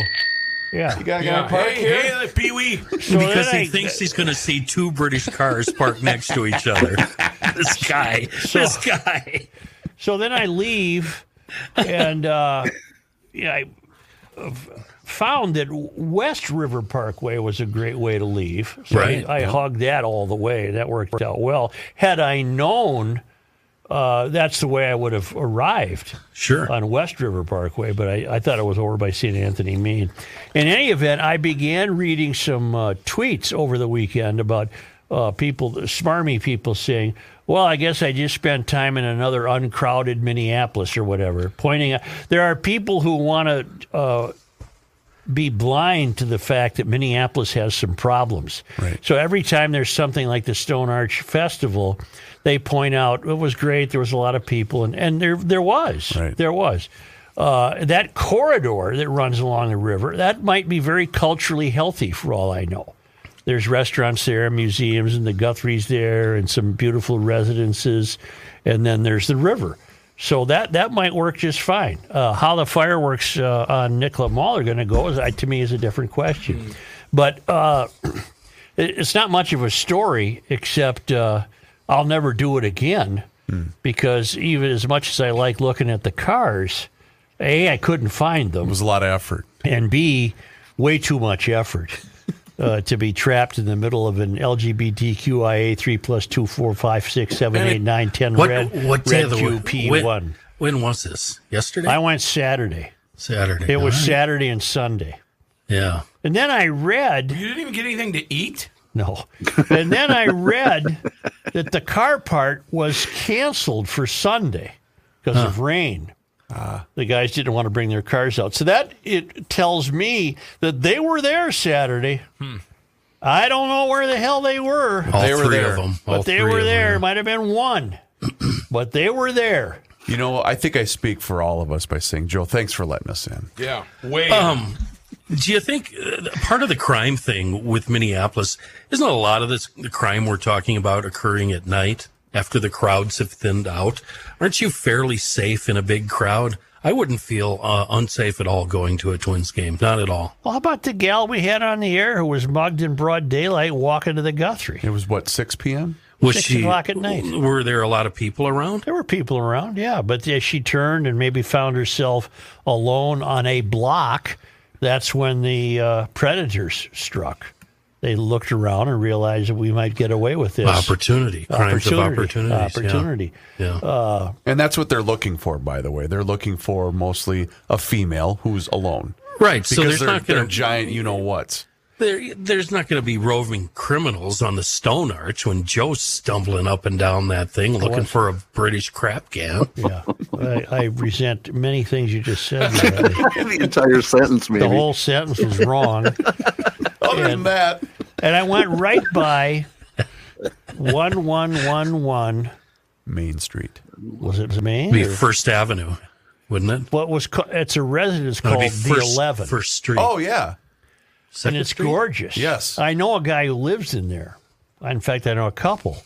Yeah. got Yeah. Hey, hey, Pee Wee. So because then he I- thinks he's going to see two British cars parked next to each other. This guy, this guy. So then I leave, and uh, yeah, I uh, found that West River Parkway was a great way to leave. So Right. I, I hugged that all the way. That worked out well. Had I known, uh, that's the way I would have arrived. Sure. on West River Parkway, but I, I thought it was over by St. Anthony, Maine. In any event, I began reading some uh, tweets over the weekend about uh, people, smarmy people saying, well, I guess I just spent time in another uncrowded Minneapolis or whatever, pointing out there are people who want to uh, be blind to the fact that Minneapolis has some problems. Right. So every time there's something like the Stone Arch Festival, they point out it was great. There was a lot of people, and, and there there was Right. there was uh, that corridor that runs along the river. That might be very culturally healthy for all I know. There's restaurants there, museums, and the Guthries there, and some beautiful residences, and then there's the river. So that that might work just fine. Uh, how the fireworks uh, on Nicola Mall are going to go is uh, to me is a different question, but. Uh, it- it's not much of a story except uh, I'll never do it again because even as much as I like looking at the cars, a I couldn't find It them, was a lot of effort. and b way too much effort. Uh, to be trapped in the middle of an LGBTQIA three plus two four five six seven eight nine ten What red what day red of the Q week? P When- one. When, was this? Yesterday. I went Saturday. Saturday. It was All right. Saturday and Sunday, Yeah. and then I read You didn't even get anything to eat? No. And then I read that the car part was canceled for Sunday because of rain. The guys didn't want to bring their cars out. So that it tells me that they were there Saturday. Hmm. I don't know where the hell they were, All They were three there. of them. but they were there. Might have been one, but they were there. You know, I think I speak for all of us by saying, Joe, thanks for letting us in. Yeah. Way. Uh, Um, Do you think uh, part of the crime thing with Minneapolis isn't a lot of this the crime we're talking about occurring at night after the crowds have thinned out? Aren't you fairly safe in a big crowd? I wouldn't feel uh, unsafe at all going to a Twins game. Not at all. Well, how about the gal we had on the air who was mugged in broad daylight walking to the Guthrie? It was what, 6 p.m.? Was Six she? o'clock at night. Were there a lot of people around? There were people around, yeah, but as she turned and maybe found herself alone on a block, that's when the uh, predators struck. They looked around and realized that we might get away with this. Opportunity. Crimes of Opportunity. opportunities. yeah. Opportunity. Yeah. And that's what they're looking for, by the way. They're looking for mostly a female who's alone. right. So Because there's they're, not they're going to giant, you know what's. There, there's not going to be roving criminals on the Stone Arch when Joe's stumbling up and down that thing looking for a British crap can. yeah. I, I resent many things you just said. Larry. the entire sentence, maybe. the whole sentence was wrong. Other than And- that, And I went right by 1111. Main Street. Was it Maine? Be or- First Avenue, wouldn't it? What was ca- it's a residence No, it'd called be the first, Eleven. First Street. Oh, yeah. and it's gorgeous. Yes. I know a guy who lives in there. In fact, I know a couple.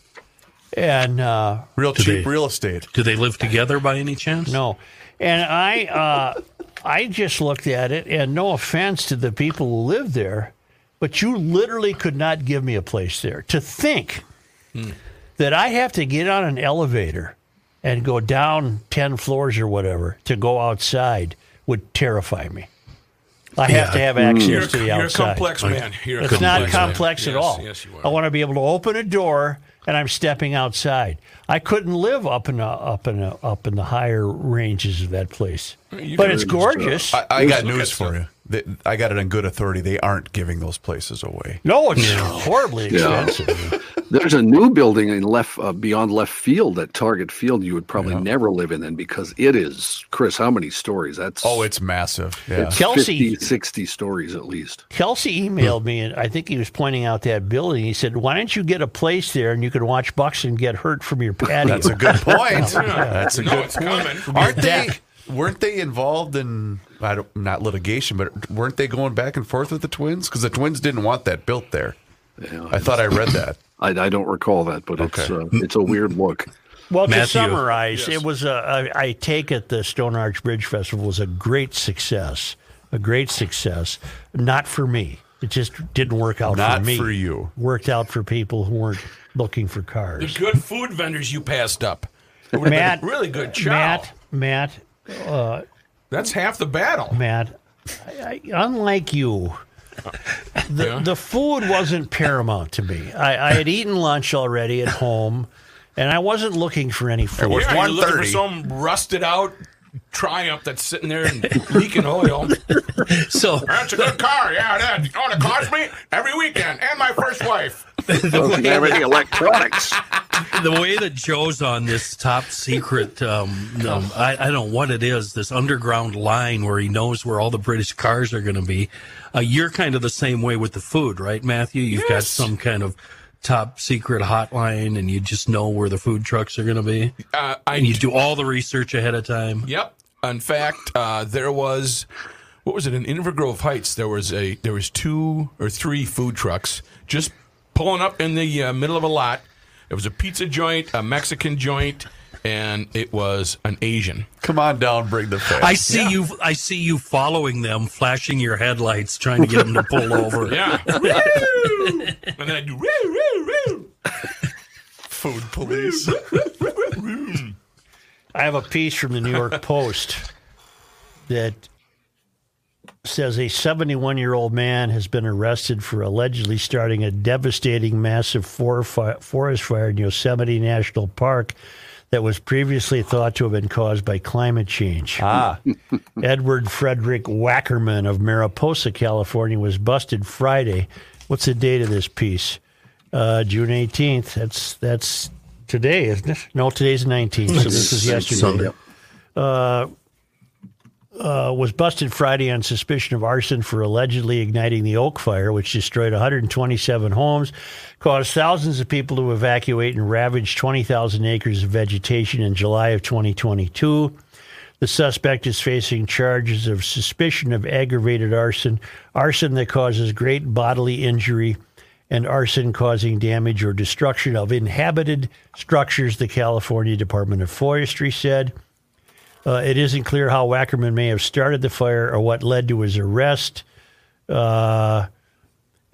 And uh, Real cheap they- real estate. Do they live together by any chance? no, and I, uh, I just looked at it, and no offense to the people who live there, but you literally could not give me a place there. To think that I have to get on an elevator and go down ten floors or whatever to go outside would terrify me. I have Yeah. to have access You're, to the you're a outside. complex man. You're a It's It's not man. complex at Yes, all. Yes, you are. I want to be able to open a door and I'm stepping outside. I couldn't live up in the, up in the, up in the higher ranges of that place, but it's gorgeous. uh, I, I got news for you. They, I got it on good authority. They aren't giving those places away. no, it's horribly Yeah. expensive. There's a new building in left uh, beyond left field at Target Field. You would probably never live in, then because it is Chris. How many stories? That's Oh, it's massive. Yeah. it's Kelsey- 50, 60 stories at least. Kelsey emailed me, and I think he was pointing out that building. He said, "Why don't you get a place there and you could watch Buxton get hurt from your patio?" That's a good point. That's a no, good it's coming. Aren't they? Deck. Weren't they involved in I don't, not litigation, but weren't they going back and forth with the twins? Because the twins didn't want that built there. I thought I read that. I, I don't recall that, but it's uh, it's a weird look. Well, to Matthew. summarize, it was a, I, I take it the Stone Arch Bridge Festival was a great success, a great success. Not for me. It just didn't work out Not for me. for you. Worked out for people who weren't looking for The cars. good food vendors you passed up. It would've been Matt, really good chow. Matt, Matt, That's half the battle. Matt. I, I, unlike you, the Yeah. the food wasn't paramount to me. I, I had eaten lunch already at home, and I wasn't looking for any food. Yeah, you're looking for 1:30. some rusted out Triumph that's sitting there and leaking oil. So That's a good car. Yeah, that. Oh, it cost me every weekend and my first wife. Everything electronics. the way that Joe's on this top secret, um, um, I, I don't know what it is, this underground line where he knows where all the British cars are going to be. Uh, you're kind of the same way with the food, right, Matthew? You've got Yes. some kind of top secret hotline and you just know where the food trucks are going to be. Uh, I And you do all the research ahead of time. Yep. In fact, uh, there was what was it in Invergrove Heights? There was a there was two or three food trucks just pulling up in the uh, middle of a lot. It was a pizza joint, a Mexican joint, and it was an Asian. Come on down, bring the fat. I see you. I see you following them, flashing your headlights, trying to get them to pull over. Yeah. Woo! and then I do woo, woo, woo. food police. I have a piece from the New York Post that says a 71 year old man has been arrested for allegedly starting a devastating massive for- fi- forest fire in Yosemite National Park that was previously thought to have been caused by climate change. Ah. Edward Frederick Wackerman of Mariposa, California, was busted Friday. What's the date of this piece? Uh, June 18th. That's that's today, isn't it? No, today's the 19th. So this is yesterday Uh, Sunday. was busted Friday on suspicion of arson for allegedly igniting the Oak Fire, which destroyed 127 homes, caused thousands of people to evacuate, and ravaged 20,000 acres of vegetation in July of 2022. The suspect is facing charges of suspicion of aggravated arson, arson that causes great bodily injury, and arson causing damage or destruction of inhabited structures, the California Department of Forestry said. Uh, it isn't clear how Wackerman may have started the fire or what led to his arrest. Uh,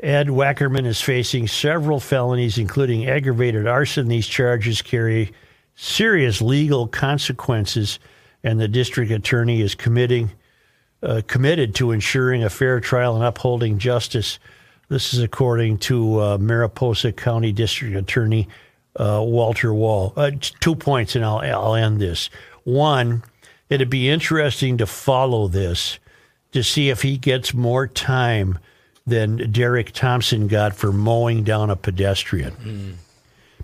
Ed Wackerman is facing several felonies, including aggravated arson. These charges carry serious legal consequences, and the district attorney is committing uh, committed to ensuring a fair trial and upholding justice. This is according to uh, Mariposa County District Attorney uh, Walter Wall. Uh, t- two points, and I'll, I'll end this. One, it'd be interesting to follow this to see if he gets more time than Derek Thompson got for mowing down a pedestrian.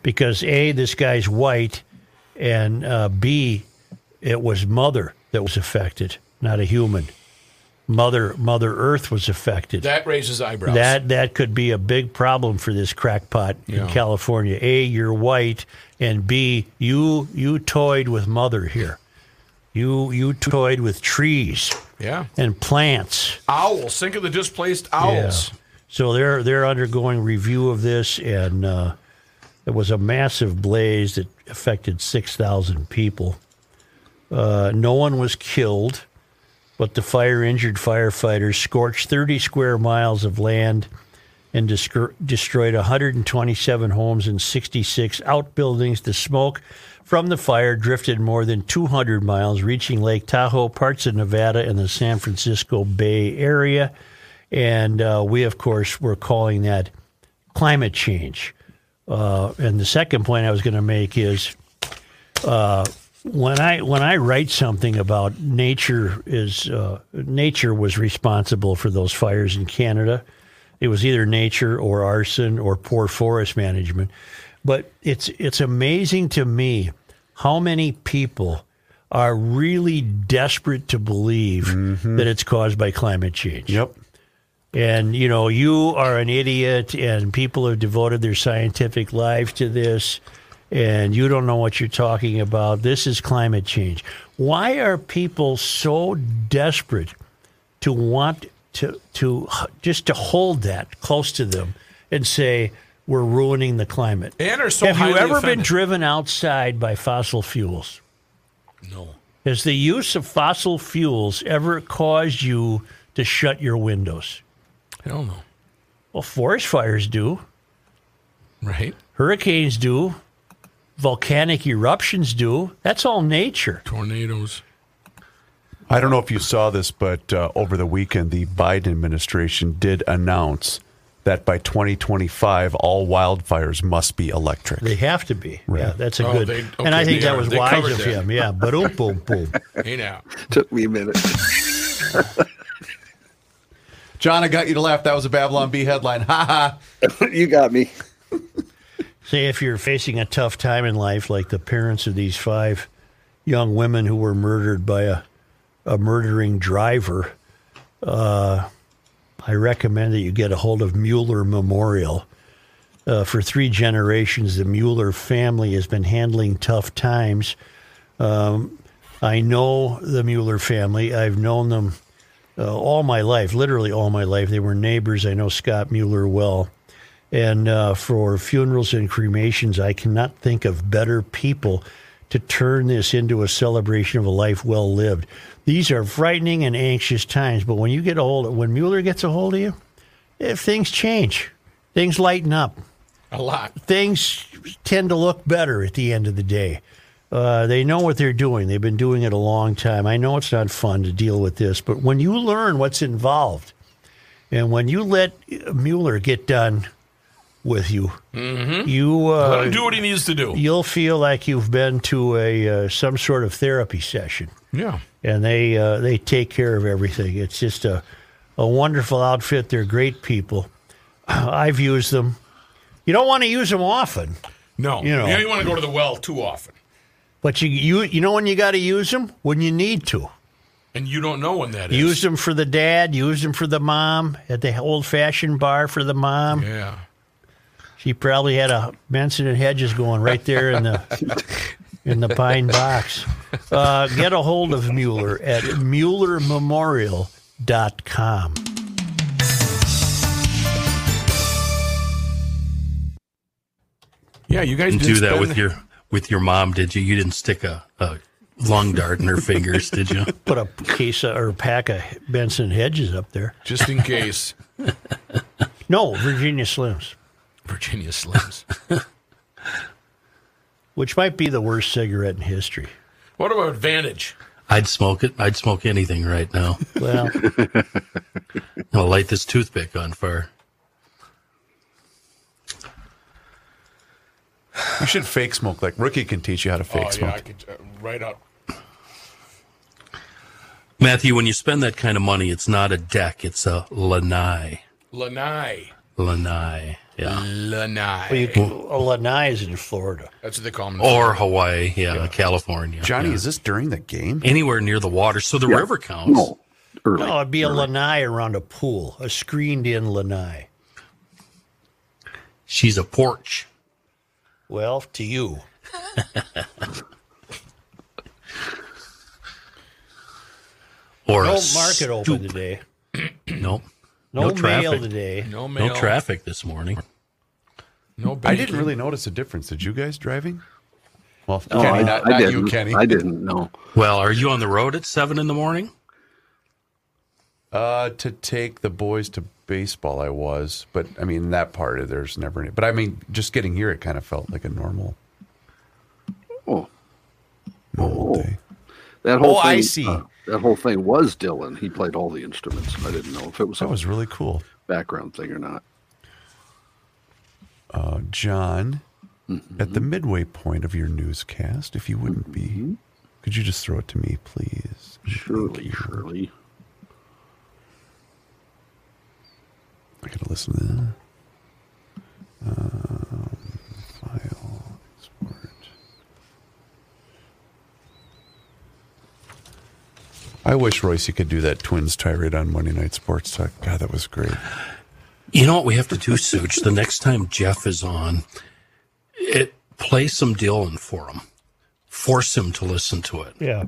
Because A, this guy's white, and uh, B, it was mother that was affected, not a human. Mother Mother Earth was affected. That raises eyebrows. That that could be a big problem for this crackpot in California. A, you're white, and B, you you toyed with mother here. You you toyed with trees yeah. and plants. Owls. Think of the displaced owls. So they're they're undergoing review of this, and uh, it was a massive blaze that affected six thousand people. Uh, no one was killed, but the fire injured firefighters scorched thirty square miles of land and descr- destroyed 127 homes and 66 outbuildings. The smoke from the fire drifted more than 200 miles, reaching Lake Tahoe, parts of Nevada, and the San Francisco Bay Area. And uh, we, of course, were calling that climate change. Uh, and the second point I was going to make is uh, when I when I write something about nature is uh, nature was responsible for those fires in Canada. It was either nature or arson or poor forest management. But it's it's amazing to me how many people are really desperate to believe that it's caused by climate change Yep. and you know you are an idiot and people have devoted their scientific lives to this and you don't know what you're talking about this is climate change why are people so desperate to want to to just to hold that close to them and say we're ruining the climate And are so have you highly ever been offended. driven outside by fossil fuels No. has the use of fossil fuels ever caused you to shut your windows Hell no. well, forest fires do, Right? hurricanes do, volcanic eruptions do. That's all nature. Tornadoes. I don't know if you saw this, but uh, over the weekend, the Biden administration did announce that by 2025, all wildfires must be electric. They have to be. Yeah, that's a Oh, good. they- and I okay, think they that are- was they wise covered of that. him. Yeah, but boom, boom, boom. Hey now. Took me a minute. John, I got you to laugh. That was a Babylon B headline. Ha ha. you got me. Say if you're facing a tough time in life, like the parents of these five young women who were murdered by a, a murdering driver, uh, I recommend that you get a hold of Mueller Memorial. Uh, for three generations, the Mueller family has been handling tough times. Um, I know the Mueller family. I've known them uh, all my life, literally all my life. They were neighbors. I know Scott Mueller well. And uh, for funerals and cremations, I cannot think of better people to turn this into a celebration of a life well lived. These are frightening and anxious times, but when you get a hold, when Mueller gets a hold of you, if things change, things lighten up A lot. Uh, things tend to look better at the end of the day. Uh, they know what they're doing. They've been doing it a long time. I know it's not fun to deal with this, but when you learn what's involved, and when you let Mueller get done with you, you uh, Mm-hmm. Let him do what he needs to do. you'll feel like you've been to a uh, some sort of therapy session Yeah. and they uh, they take care of everything. It's just a a wonderful outfit. They're great people. I've used them. You don't want to use them often, No. You know. You don't want to go to the well too often. but you you you know when you got to use them when you need to. And you don't know when that is. Use them for the dad. Use them for the mom at the old fashioned bar for the mom. Yeah. She probably had a Benson and Hedges going right there in the in the pine box. Uh, get a hold of Mueller at MuellerMemorial.com. Yeah, you guys didn't didn't do that spend- with your with your mom, did you? You didn't stick a, a lung dart in her fingers, did you? put a case of, or a pack of Benson Hedges up there. just in case. No, Virginia Slims, Virginia Slims. which might be the worst cigarette in history. What about Advantage? I'd smoke it. I'd smoke anything right now. Well, I'll light this toothpick on fire. You should fake smoke. Like Rookie can teach you how to fake oh, smoke. yeah, I could uh, right up. Matthew, when you spend that kind of money, it's not a deck, it's a lanai. Lanai. Lanai. Yeah. Lanai. you can, Lanai is in Florida. That's what they call them. Or Hawaii. Yeah, California. Johnny, is this during the game? Anywhere near the water. So the river counts. No, early. No, Oh, it'd be a Lanai around a pool, a screened-in Lanai. She's a porch. Well, to you, Or no a market open today. Nope. No, No mail traffic. today. no mail. No traffic this morning. No I banking. didn't really notice a difference. Did you guys driving? Well, No, Kenny, I, not, Uh, I not didn't. you, Kenny. I didn't know. Well, are you on the road at seven in the morning? Uh, to take the boys to baseball, I was, but I mean that part of there's never any. But I mean, just getting here, it kind of felt like a normal, Oh, normal Oh. day. that whole Oh, thing, I see. uh, that whole thing was Dylan. He played all the instruments. I didn't know if it was That a was really cool. background thing or not. uh, John, Mm-hmm. at the midway point of your newscast, if you wouldn't Mm-hmm. be, could you just throw it to me, please? Surely, surely. I gotta listen to that. Um, file export. I wish Royce you could do that Twins tirade on Monday Night Sports Talk. God, that was great. You know what we have to do, Such? the next time Jeff is on, it play some Dylan for him. Force him to listen to it. Yeah.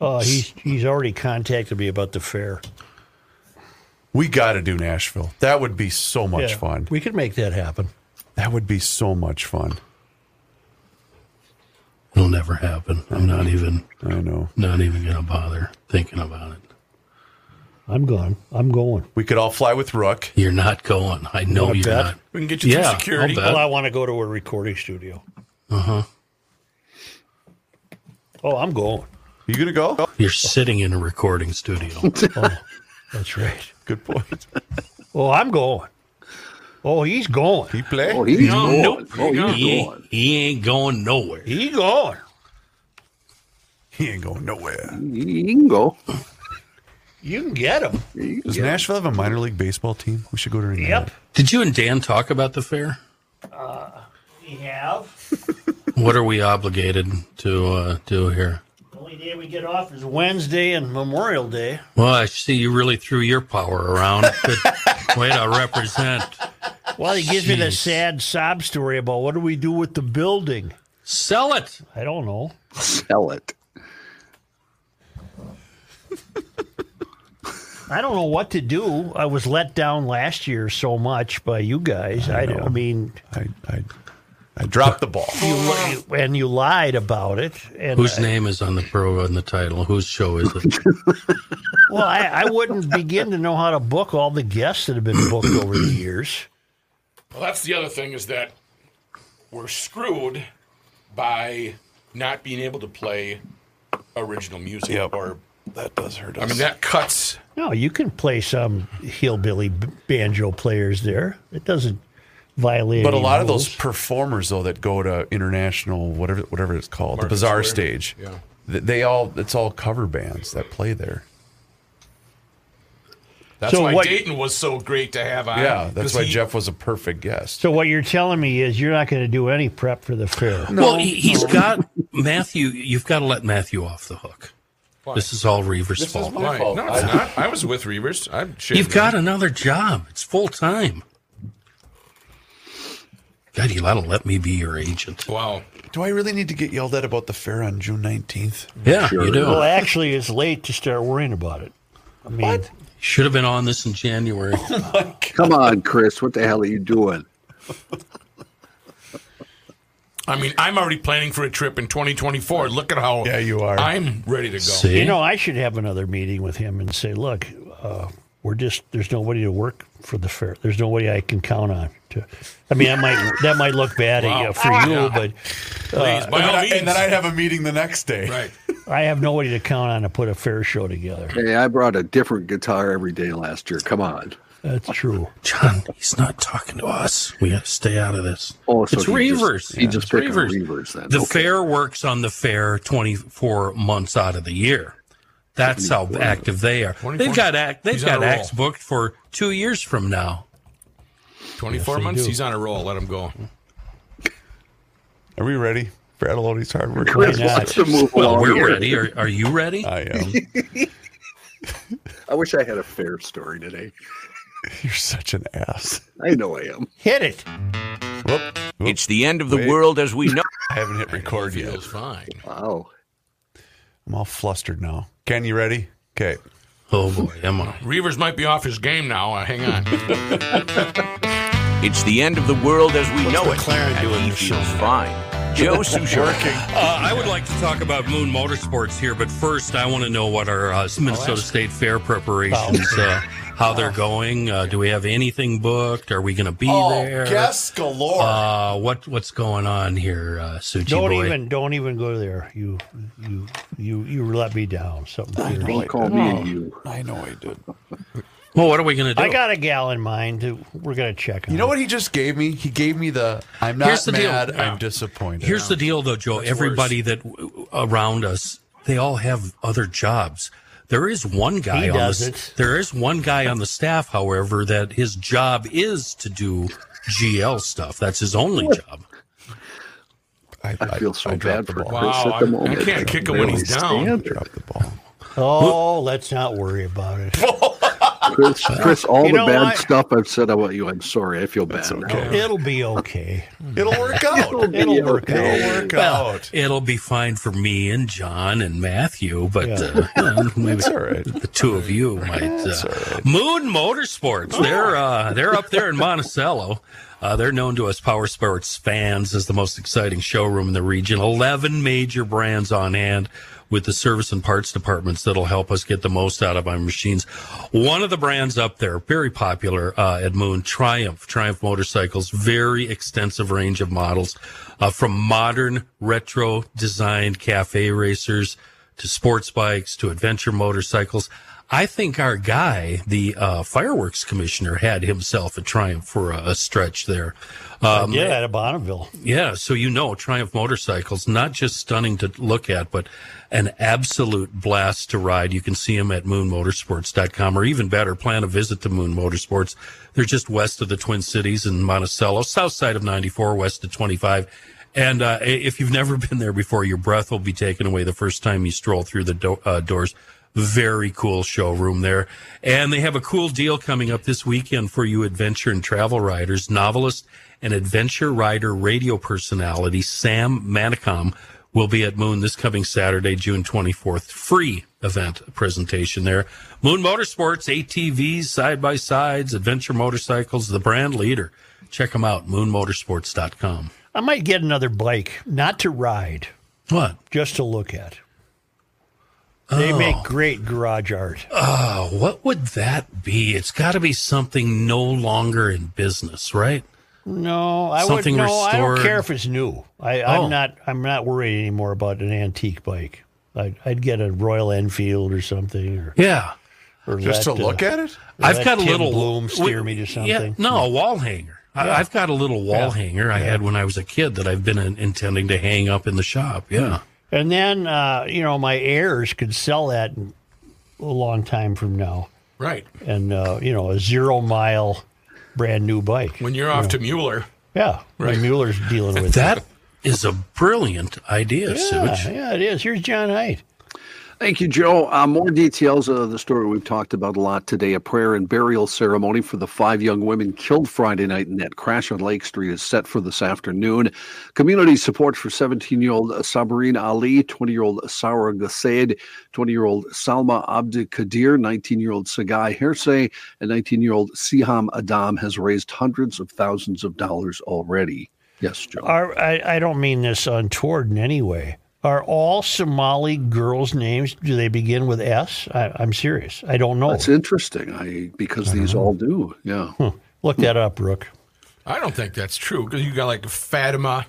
Oh, he's he's already contacted me about the fair. We got to do Nashville. That would be so much Yeah. fun. We could make that happen. That would be so much fun. It'll never happen. I'm not even I know. not even gonna bother thinking about it. I'm going. I'm going. We could all fly with Rook. You're not going. I know Wanna you're bet? not. We can get you through Yeah, security. I'll bet. Well, I want to go to a recording studio. Uh-huh. Uh huh. Oh, I'm going. You gonna go? You're sitting in a recording studio. That's right. Good point. Oh, I'm going. Oh, he's going. He play. Oh, he's No, going. nope, Oh, you're he's he, going. ain't, he ain't going nowhere. He going. He ain't going nowhere. He can go. You can get him. Does Nashville have a minor league baseball team? We should go to a Yep. Did you and Dan talk about the fair? We have. What are we obligated to uh, do here? The only day we get off is Wednesday and Memorial Day. Well, I see you really threw your power around. Good way to represent. Well, he gives me the Jeez. sad sob story about what do we do with the building? Sell it. I don't know. Sell it. I don't know what to do. I was let down last year so much by you guys. I, I mean, I, I, I dropped the ball. you, li- and you lied about it. And Whose I- name is on the pro on the title? Whose show is it? Well, I, I wouldn't begin to know how to book all the guests that have been booked over the years. Well, that's the other thing is that we're screwed by not being able to play original music. Or That does hurt us. I mean, that cuts. No, you can play some hillbilly b- banjo players there. It doesn't violate. but a any lot of rules. those performers though that go to international whatever whatever it's called the Market bazaar Square. stage. Yeah. th- They all it's all cover bands that play there. That's So why what- Dayton was so great to have on. Yeah, that's 'cause why he- Jeff was a perfect guest. So what you're telling me is you're not going to do any prep for the fair. well, he, he's got Matthew. You've got to let Matthew off the hook. This is all Reaver's fault. Why? No, it's not. I was with Reavers. I'm shaved You've got another job. It's full time. God, you gotta let me be your agent. Wow. Do I really need to get yelled at about the fair on June nineteenth? Yeah, you do. Well, actually, it's late to start worrying about it. I mean, Should have been on this in January. Come on, Chris. What the hell are you doing? I mean, I'm already planning for a trip in 2024. Look at how. Yeah, you are. I'm ready to go. See, you know, I should have another meeting with him and say, look, uh, we're just there's nobody to work for the fair. There's nobody I can count on. To, I mean, that might that might look bad at you- for you, but Please, by all means. Uh, And then I'd have a meeting the next day. right. I have nobody to count on to put a fair show together. Hey, I brought a different guitar every day last year. Come on. That's true. John, he's not talking to us. We have to stay out of this. Oh, so it's he just- Reavers. he just It's picked on Reavers then. The Okay. fair works on the fair 24 months out of the year. That's how active they are. 24. They've got act. They've He's got on a roll. acts booked for two years from now. 24 months. He's on a roll. Let him go. Are we ready for Adelodi's hard work? Why Chris wants not? to move Oh, Well, along we're here. ready. Are, are you ready? Uh, I am. I wish I had a fair story today. You're such an ass. I know I am. Hit it. Whoop. Whoop. It's the end of the Wait. world as we know. I haven't hit record yet. Feels fine. Wow. Oh, I'm all flustered now. Ken, you ready? Okay. Oh boy, am I? Reavers might be off his game now. Uh, hang on. It's the end of the world as we know it. McLaren and doing he this feels fine. Joe Sujarkin. Uh, I would like to talk about Moon Motorsports here, but first I want to know what our uh, Minnesota State Fair preparations, uh, how they're going. Uh, do we have anything booked? Are we going to be there? Oh, galore. Uh, what what's going on here, uh, Suchi Don't boy? even don't even go there. You you you you let me down. Something. Don't call me a you. I know I did. Well, what are we going to do? I got a gal in mind. who- We're going to check. You know what he just gave me? He gave me the I'm Here's not the deal. mad, Yeah. I'm disappointed. Here's the deal, though, Joe. Everybody that w- around us, they all have other jobs. There is one guy. He on does the, it. There is one guy on the staff, however, that his job is to do GL stuff. That's his only job. I feel so I dropped bad the for ball. Chris Wow, at the I- I moment. can't kick him when really he's down. stand it. Drop the ball. Oh, let's not worry about it. Chris, Chris, all You the know bad what? stuff I've said about you, I'm sorry. I feel bad. now. It'll be okay. It'll work out. be It'll work out. okay. It'll work Well, out. it'll be fine for me and John and Matthew, but uh, maybe all right. the two of you might. Uh, Moon Motorsports, they're Oh. uh, they're up there in Monticello. Uh, they're known to us power sports fans as the most exciting showroom in the region. Eleven major brands on hand with the service and parts departments that'll help us get the most out of our machines. One of the brands up there, very popular uh, at Moon, Triumph, Triumph Motorcycles, very extensive range of models uh, from modern retro designed cafe racers to sports bikes to adventure motorcycles. I think our guy, the uh, fireworks commissioner, had himself a Triumph for a, a stretch there. Um, Yeah, out of Bonneville. yeah, so you know, Triumph motorcycles, not just stunning to look at, but an absolute blast to ride. You can see them at moonmotorsports.com or even better, plan a visit to Moon Motorsports. They're just west of the Twin Cities in Monticello, south side of 94, west of 25. And uh, i- if you've never been there before, your breath will be taken away the first time you stroll through the do- uh, doors. Very cool showroom there. And they have a cool deal coming up this weekend for you adventure and travel riders. Novelist and adventure rider radio personality Sam Manicom will be at Moon this coming Saturday, June 24th. Free event presentation there. Moon Motorsports, ATVs, side by sides, adventure motorcycles, the brand leader. Check them out, moonmotorsports.com. I might get another bike, not to ride, What? just to look at. Oh. They make great garage art. uh, What would that be? It's got to be something no longer in business, right? No, I would Something no. I don't restored. care if it's new. I, I'm Oh. not. I'm not worried anymore about an antique bike. I'd, I'd get a Royal Enfield or something, or, Yeah. or Just to that, look uh, at it? I've Let got a Tim little Bloom steer me to Yeah, something. no, a wall hanger. I, I've got a little wall hanger I had when I was a kid that I've been in, intending to hang up in the shop. Yeah. And then uh, you know my heirs could sell that in- a long time from now, Right. and uh, you know a zero mile, brand new bike. When you're off to Mueller. Yeah, right. Mueller's dealing with That is a brilliant idea, Yeah, Suge. yeah, it is. Here's John Height. Thank you, Joe. Uh, more details of the story we've talked about a lot today. A prayer and burial ceremony for the five young women killed Friday night in that crash on Lake Street is set for this afternoon. Community support for 17 year old Sabrine Ali, 20 year old Sarah Gassaid, 20 year old Salma Abdikadir, 19 year old Sagai Hersey, and 19 year old Siham Adam has raised hundreds of thousands of dollars already. Yes, Joe. Are, I, I don't mean this untoward in any way. Are all Somali girls' names, do they begin with S? I, I'm serious. I don't know. That's interesting. I because these all do. Yeah. Look that up, Rook. I don't think that's true because you got like Fatima.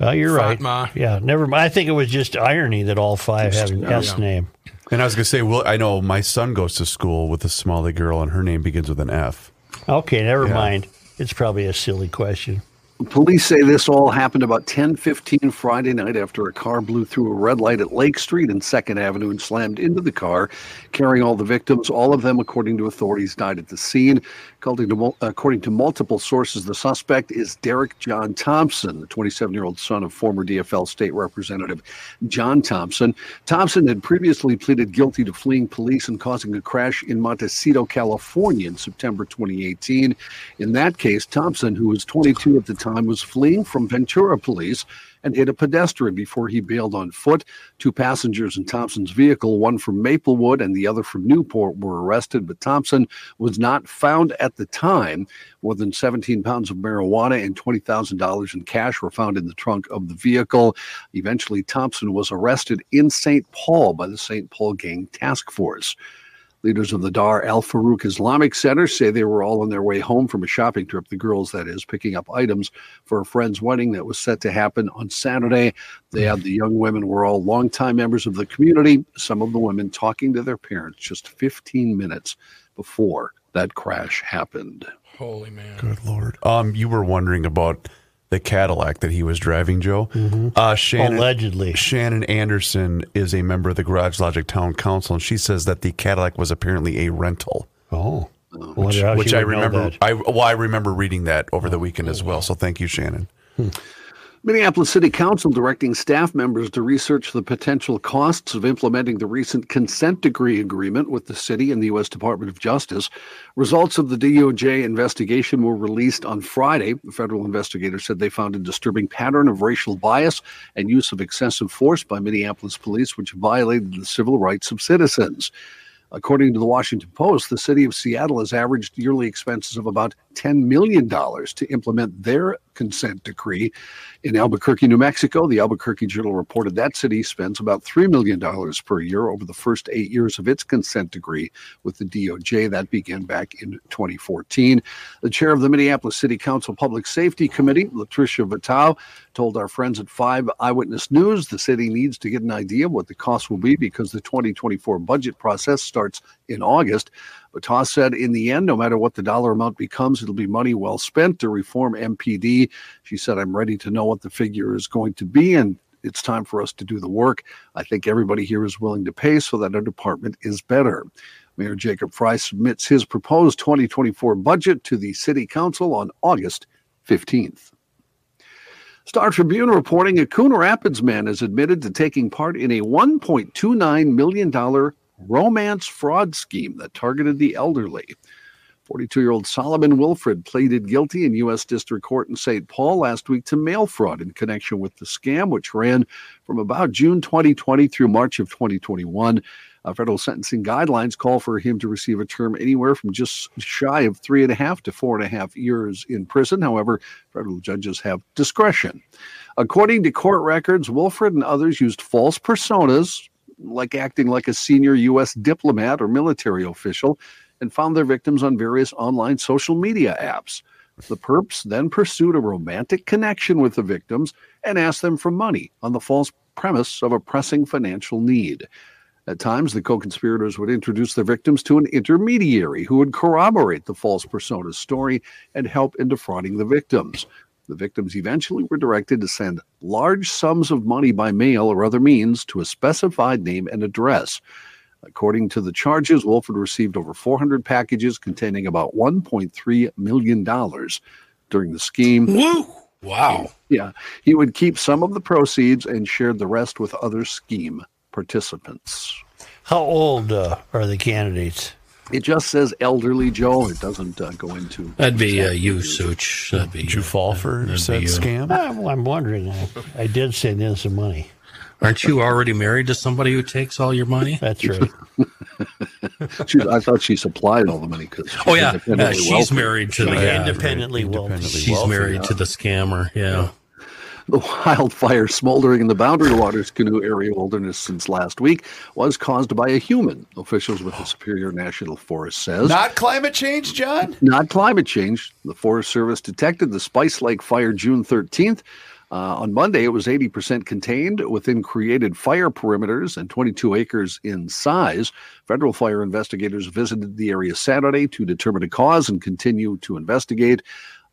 Oh, you're Fatma. right. Yeah, never mind. I think it was just irony that all five have an yeah. S name. And I was gonna say, well, I know my son goes to school with a Somali girl, and her name begins with an F. Okay, never Yeah. mind. It's probably a silly question. Police say this all happened about 10:15 Friday night after a car blew through a red light at Lake Street and 2nd Avenue and slammed into the car, carrying all the victims. All of them, according to authorities, died at the scene. According to, mul- according to multiple sources, the suspect is Derek John Thompson, the 27-year-old son of former DFL state representative John Thompson. Thompson had previously pleaded guilty to fleeing police and causing a crash in Montecito, California in September 2018. In that case, Thompson, who was 22 at the time, was fleeing from Ventura police and hit a pedestrian before he bailed on foot. Two passengers in Thompson's vehicle, one from Maplewood and the other from Newport, were arrested, but Thompson was not found at the time. More than 17 pounds of marijuana and $20,000 in cash were found in the trunk of the vehicle. Eventually, Thompson was arrested in St. Paul by the St. Paul Gang Task Force. Leaders of the Dar Al Farouk Islamic Center say they were all on their way home from a shopping trip, the girls, that is, picking up items for a friend's wedding that was set to happen on Saturday. They add the young women were all longtime members of the community, some of the women talking to their parents just 15 minutes before that crash happened. Holy man. Good lord. Um, you were wondering about the Cadillac that he was driving, Joe. Uh, Shannon, Allegedly. Shannon Anderson is a member of the Garage Logic Town Council, and she says that the Cadillac was apparently a rental, Oh, which, which I remember. I well, I remember reading that over the weekend as well. So thank you, Shannon. Minneapolis City Council directing staff members to research the potential costs of implementing the recent consent decree agreement with the city and the U.S. Department of Justice. Results of the DOJ investigation were released on Friday. The federal investigators said they found a disturbing pattern of racial bias and use of excessive force by Minneapolis police, which violated the civil rights of citizens. According to the Washington Post, the city of Seattle has averaged yearly expenses of about $10 million to implement their consent decree. In Albuquerque, New Mexico, the Albuquerque Journal reported that city spends about $3 million per year over the first eight years of its consent decree with the DOJ. That began back in 2014. The chair of the Minneapolis City Council Public Safety Committee, Latricia Vitale, told our friends at 5 Eyewitness News the city needs to get an idea of what the cost will be because the 2024 budget process starts in August. But Toss said, in the end, no matter what the dollar amount becomes, it'll be money well spent to reform MPD. She said, I'm ready to know what the figure is going to be, and it's time for us to do the work. I think everybody here is willing to pay so that our department is better. Mayor Jacob Fry submits his proposed 2024 budget to the City Council on August 15th. Star Tribune reporting a Coon Rapids man is admitted to taking part in a $1.29 million romance fraud scheme that targeted the elderly. 42 year old Solomon Wilfred pleaded guilty in U.S. District Court in St. Paul last week to mail fraud in connection with the scam, which ran from about June 2020 through March of 2021. Uh, federal sentencing guidelines call for him to receive a term anywhere from just shy of three and a half to four and a half years in prison. However, federal judges have discretion. According to court records, Wilfred and others used false personas, like acting like a senior U.S. diplomat or military official, and found their victims on various online social media apps. The perps then pursued a romantic connection with the victims and asked them for money on the false premise of a pressing financial need. At times, the co conspirators would introduce their victims to an intermediary who would corroborate the false persona's story and help in defrauding the victims. The victims eventually were directed to send large sums of money by mail or other means to a specified name and address. According to the charges, Wolford received over 400 packages containing about $1.3 million during the scheme. Woo! Wow. Yeah, he would keep some of the proceeds and shared the rest with other scheme participants. How old uh, are the candidates? It just says elderly Joe. It doesn't uh, go into. That'd be uh, you, Such. That'd be Did you fall for that'd said be, uh, scam? I'm, Ah, I'm wondering. I, I did send in some money. Aren't you already married to somebody who takes all your money? That's right. She, I thought she supplied all the money because. Oh yeah, Yeah, she's married to the Independently wealthy. Independently She's wealthy. married to the scammer. Yeah. The wildfire smoldering in the Boundary Waters Canoe Area Wilderness since last week was caused by a human, officials with the Superior National Forest says. Not climate change, John. not climate change. The Forest Service detected the Spice Lake fire June 13th. Uh, on Monday, it was 80% contained within created fire perimeters and 22 acres in size. Federal fire investigators visited the area Saturday to determine a cause and continue to investigate.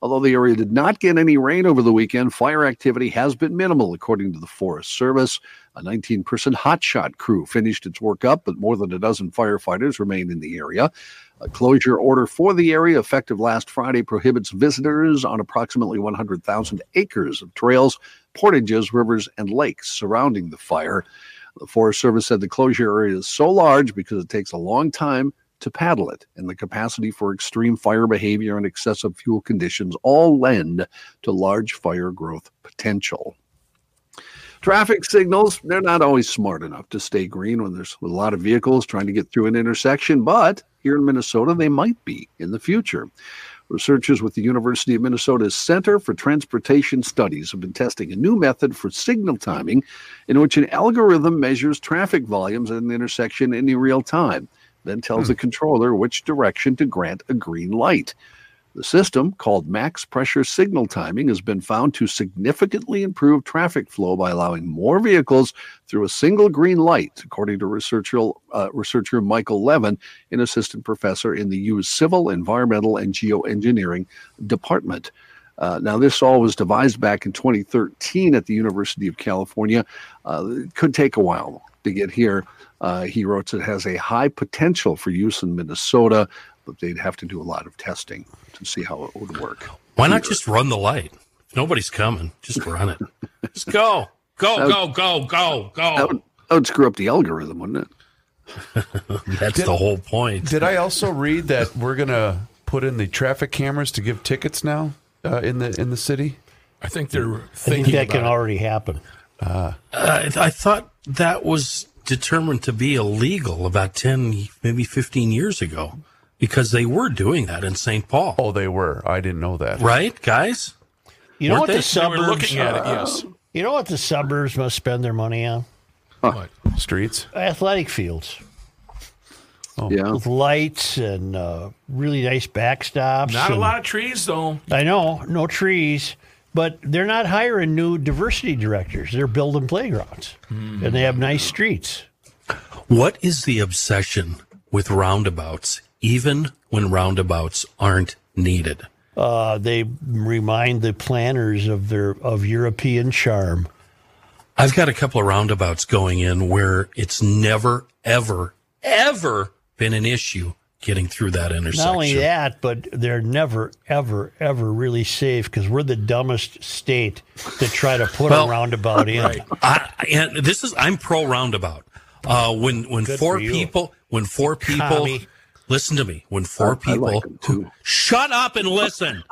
Although the area did not get any rain over the weekend, fire activity has been minimal, according to the Forest Service. A 19 person hotshot crew finished its work up, but more than a dozen firefighters remain in the area. A closure order for the area, effective last Friday, prohibits visitors on approximately 100,000 acres of trails, portages, rivers, and lakes surrounding the fire. The Forest Service said the closure area is so large because it takes a long time to paddle it, and the capacity for extreme fire behavior and excessive fuel conditions all lend to large fire growth potential. Traffic signals, they're not always smart enough to stay green when there's a lot of vehicles trying to get through an intersection, but here in Minnesota, they might be in the future. Researchers with the University of Minnesota's Center for Transportation Studies have been testing a new method for signal timing in which an algorithm measures traffic volumes at an intersection in real time, then tells the controller which direction to grant a green light. The system, called max pressure signal timing, has been found to significantly improve traffic flow by allowing more vehicles through a single green light, according to researcher, uh, researcher Michael Levin, an assistant professor in the U's Civil, Environmental, and Geoengineering Department. Uh, now, this all was devised back in 2013 at the University of California. Uh, it could take a while to get here. Uh, he wrote it has a high potential for use in Minnesota, but they'd have to do a lot of testing to see how it would work. Why not just run the light? If nobody's coming, just run it. just go. Go, go, go, go, That go. would, that would screw up the algorithm, wouldn't it? That's the whole point. Did I also read that we're gonna put in the traffic cameras to give tickets now uh, in the in the city? I think they're I thinking think that can about already happen. I, I thought that was determined to be illegal about 10, maybe 15 years ago because they were doing that in St. Paul. Oh, they were. I didn't know that. Right, guys? You know Weren't what they- the they it. We're suburbs? looking at it. Yes. You know what the suburbs must spend their money on? What? Streets. Athletic fields Oh. Yeah. with lights and uh, really nice backstops. Not a and- lot of trees though. I know, no trees, but they're not hiring new diversity directors. They're building playgrounds, Hmm. and they have nice streets. What is the obsession with roundabouts, even when roundabouts aren't needed? Uh, they remind the planners of their of European charm. I've got a couple of roundabouts going in where it's never, ever, ever been an issue getting through that intersection. Not only that, but they're never, ever, ever really safe because we're the dumbest state to try to put Well, a roundabout in. I, and this is I'm pro roundabout. Uh, when when four for you. people when four people Commie. listen to me when four I people like 'em too. shut up and listen.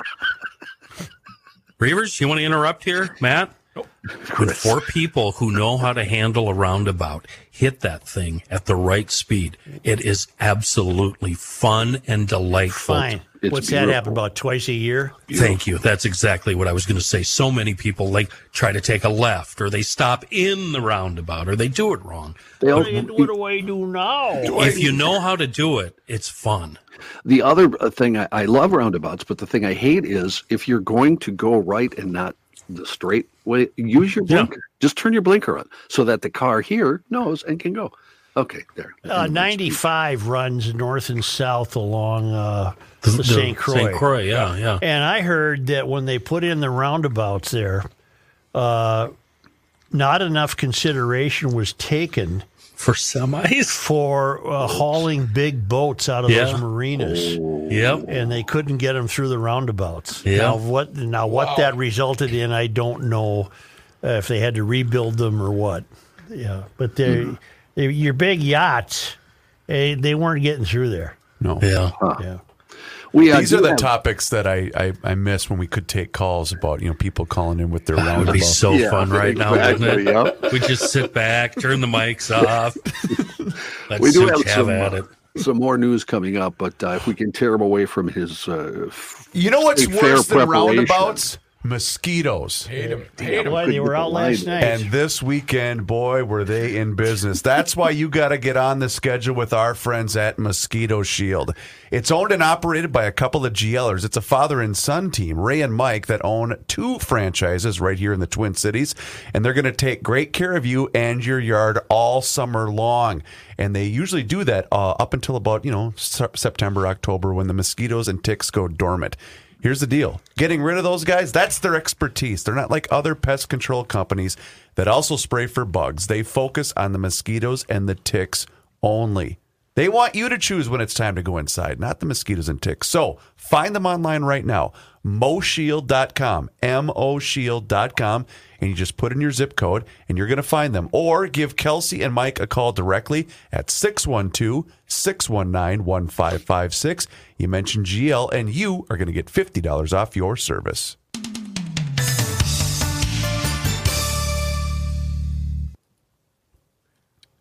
Reavers, you want to interrupt here, Matt? When four people who know how to handle a roundabout hit that thing at the right speed, it is absolutely fun and delightful. Fine. It's What's that beautiful. happen about twice a year? Thank you. That's exactly what I was going to say. So many people like try to take a left or they stop in the roundabout or they do it wrong. They all- What do I do now? Uh, If you know how to do it, it's fun. the other uh, thing I, I love roundabouts, but the thing I hate is if you're going to go right and not the straight way, use your blinker. Just turn your blinker on so that the car here knows and can go. Okay, there. Uh, 95 runs north and south along uh, the, St. Croix. St. Croix, yeah, yeah. And I heard that when they put in the roundabouts there, uh, not enough consideration was taken For semis. for uh, hauling big boats out of Yeah. those marinas. Yep. and they couldn't get them through the roundabouts. Yeah. Now what? Now what that resulted in, I don't know uh, if they had to rebuild them or what. Yeah, but they, they your big yachts, eh, they weren't getting through there. No. Yeah. Yeah. we, uh, These are do the have- topics that I, I I miss when we could take calls about you know people calling in with their That would roundabout. be so Yeah, fun right now, exactly, wouldn't it? yep. We just sit back, turn the mics off. Let's We do just have some, at it. uh, some more news coming up, but uh, if we can tear him away from his, uh, f- you know what's A fair worse than preparation. roundabouts? Mosquitoes. Hate 'em. Hate 'em. Boy, they were out last night. And this weekend, boy, were they in business. That's why you got to get on the schedule with our friends at Mosquito Shield. It's owned and operated by a couple of GLers. It's a father and son team, Ray and Mike, that own two franchises right here in the Twin Cities. And they're going to take great care of you and your yard all summer long. And they usually do that uh, up until about, you know, Se- September, October when the mosquitoes and ticks go dormant. Here's the deal getting rid of those guys, that's their expertise. They're not like other pest control companies that also spray for bugs. They focus on the mosquitoes and the ticks only. They want you to choose when it's time to go inside, not the mosquitoes and ticks. So find them online right now, moshield.com, moshield.com, and you just put in your zip code and you're going to find them. Or give Kelsey and Mike a call directly at 612 619 1556. You mentioned GL, and you are going to get $50 off your service.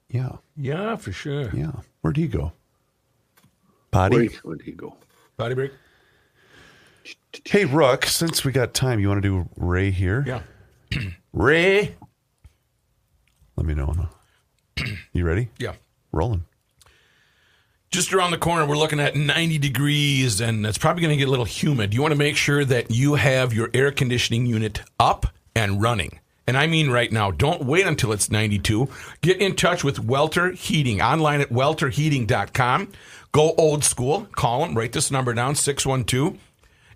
Yeah. Yeah, for sure. Yeah. Where'd he go? Potty. where, where'd he go? Body break. Hey, Rook, since we got time, you want to do Ray here? Yeah. Ray. Let me know. You ready? Yeah. Rolling. Just around the corner, we're looking at 90 degrees, and it's probably going to get a little humid. You want to make sure that you have your air conditioning unit up and running. And I mean right now. Don't wait until it's 92. Get in touch with Welter Heating online at welterheating.com. Go old school. Call them. Write this number down 612-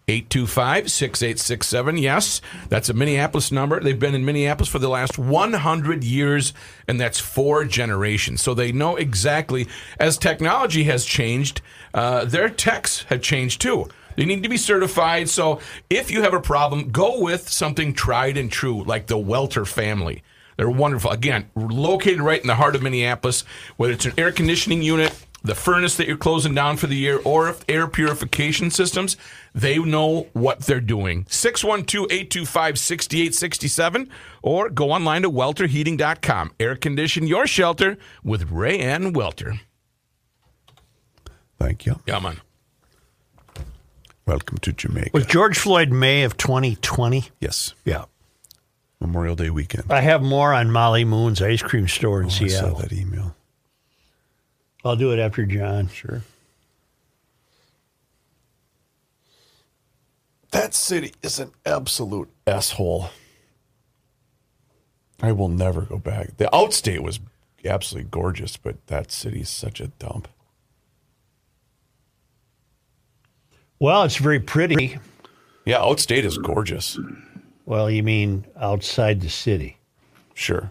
825 6867. Yes, that's a Minneapolis number. They've been in Minneapolis for the last 100 years, and that's four generations. So they know exactly, as technology has changed, uh, their techs have changed too. They need to be certified. So if you have a problem, go with something tried and true, like the Welter family. They're wonderful. Again, located right in the heart of Minneapolis, whether it's an air conditioning unit, the furnace that you're closing down for the year, or if air purification systems, they know what they're doing. 612 825 6867 or go online to welterheating.com. Air condition your shelter with Ray Ann Welter. Thank you. Yeah, man. Welcome to Jamaica. Was George Floyd May of 2020? Yes. Yeah. Memorial Day weekend. I have more on Molly Moon's ice cream store in I saw Seattle. that email. I'll do it after John. Sure. That city is an absolute asshole. I will never go back. The outstate was absolutely gorgeous, but that city's such a dump. Well, it's very pretty. Yeah, outstate is gorgeous. Well, you mean outside the city? Sure.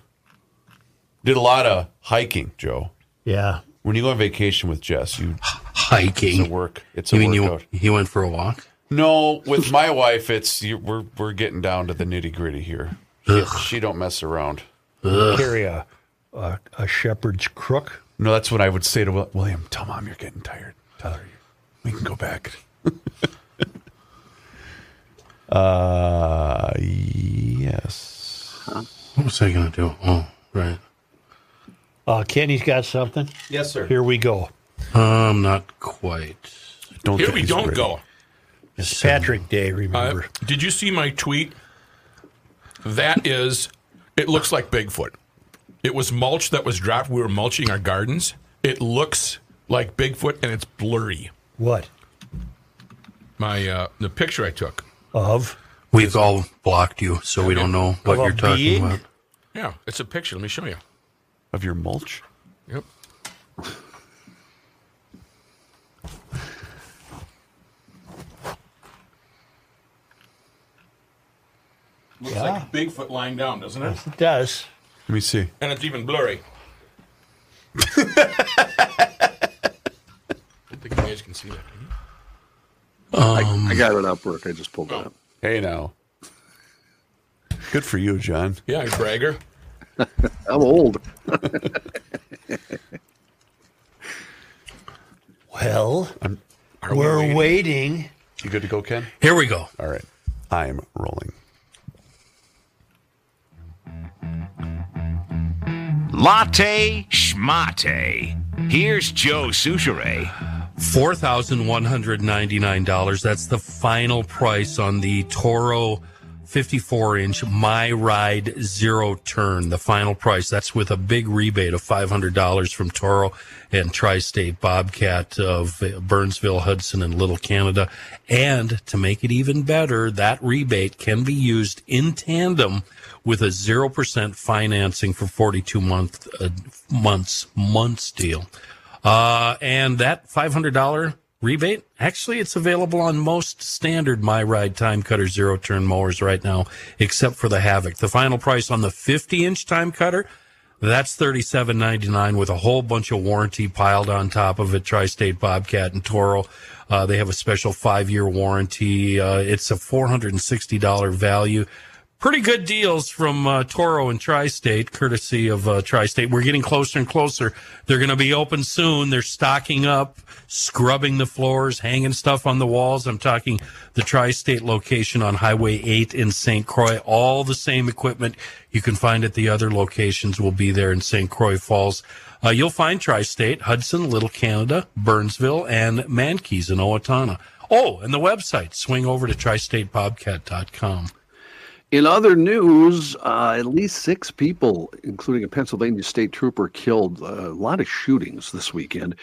Did a lot of hiking, Joe. Yeah. When you go on vacation with Jess, you it's a hiking. work. It's a You mean you, workout. you went for a walk? No, with my wife, it's you, we're we're getting down to the nitty gritty here. She, she don't mess around. Carry a, a, a shepherd's crook. No, that's what I would say to Wil- William. Tell mom you're getting tired. Tell her you- we can go back. uh, yes. What was I going to do? Oh, right. Uh, Kenny's got something. Yes, sir. Here we go. Um, not quite. Don't Here think we he's don't ready. go. It's Patrick Day, Uh, remember? did you see my tweet? That is, it looks like Bigfoot. It was mulch that was dropped. We were mulching our gardens. It looks like Bigfoot and it's blurry. what? My uh, the picture I took. Of? We've all blocked you, so we don't know what Of a you're talking being? about. Yeah, it's a picture. Let me show you. Of your mulch? Yep. Looks like Bigfoot lying down, doesn't it? It does. Let me see. And it's even blurry. I think you guys can see that. can you? I got it up, Rick. I just pulled it up. Hey, now. Good for you, John. Yeah, you bragger. I'm old. Well, Are we we're waiting? waiting. You good to go, Ken? Here we go. All right. I'm rolling. Latte schmate. Here's Joe Souchere. $4,199. That's the final price on the Toro 54 inch My Ride Zero Turn. The final price. That's with a big rebate of $500 from Toro and Tri State Bobcat of Burnsville, Hudson, and Little Canada. And to make it even better, that rebate can be used in tandem with a 0% financing for 42 month, uh, months, months deal. Uh, and that $500 rebate, actually, it's available on most standard My Ride Time Cutter zero turn mowers right now, except for the Havoc. The final price on the 50 inch Time Cutter, that's $37.99 with a whole bunch of warranty piled on top of it. Tri State Bobcat and Toro. Uh, they have a special five year warranty. Uh, it's a $460 value pretty good deals from uh, Toro and Tri State, courtesy of uh, Tri State. We're getting closer and closer. They're going to be open soon. They're stocking up, scrubbing the floors, hanging stuff on the walls. I'm talking the Tri State location on Highway 8 in St. Croix. All the same equipment you can find at the other locations will be there in St. Croix Falls. Uh, you'll find Tri State, Hudson, Little Canada, Burnsville, and Mankeys in Owatonna. Oh, and the website, swing over to tristatebobcat.com. In other news, uh, at least six uh, people, including a Pennsylvania state trooper, killed. A lot of shootings this weekend.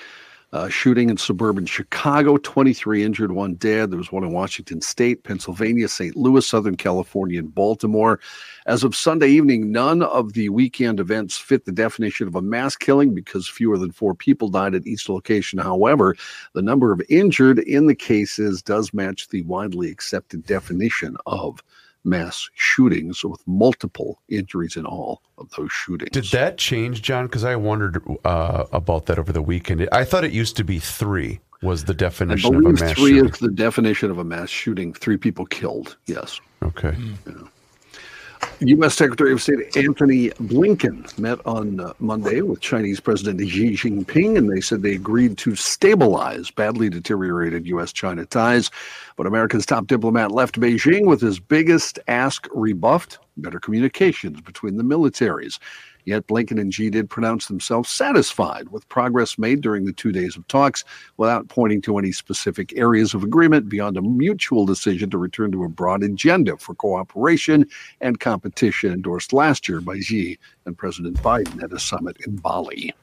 Uh, shooting in suburban Chicago, 23 injured, one dead. There was one in Washington State, Pennsylvania, St. Louis, Southern California, and Baltimore. As of Sunday evening, none of the weekend events fit the definition of a mass killing because fewer than four people died at each location. However, the number of injured in the cases does match the widely accepted definition of mass shootings with multiple injuries in all of those shootings. Did that change, John? Because I wondered uh, about that over the weekend. I thought it used to be three was the I definition of a believe mass three shooting. is the definition of a mass shooting. Three people killed. Yes. Okay. U.S. Secretary of State Anthony Blinken met on uh, Monday with Chinese President Xi Jinping, and they said they agreed to stabilize badly deteriorated U.S. China ties. But America's top diplomat left Beijing with his biggest ask rebuffed better communications between the militaries. Yet Blinken and Xi did pronounce themselves satisfied with progress made during the two days of talks without pointing to any specific areas of agreement beyond a mutual decision to return to a broad agenda for cooperation and competition endorsed last year by Xi and President Biden at a summit in Bali.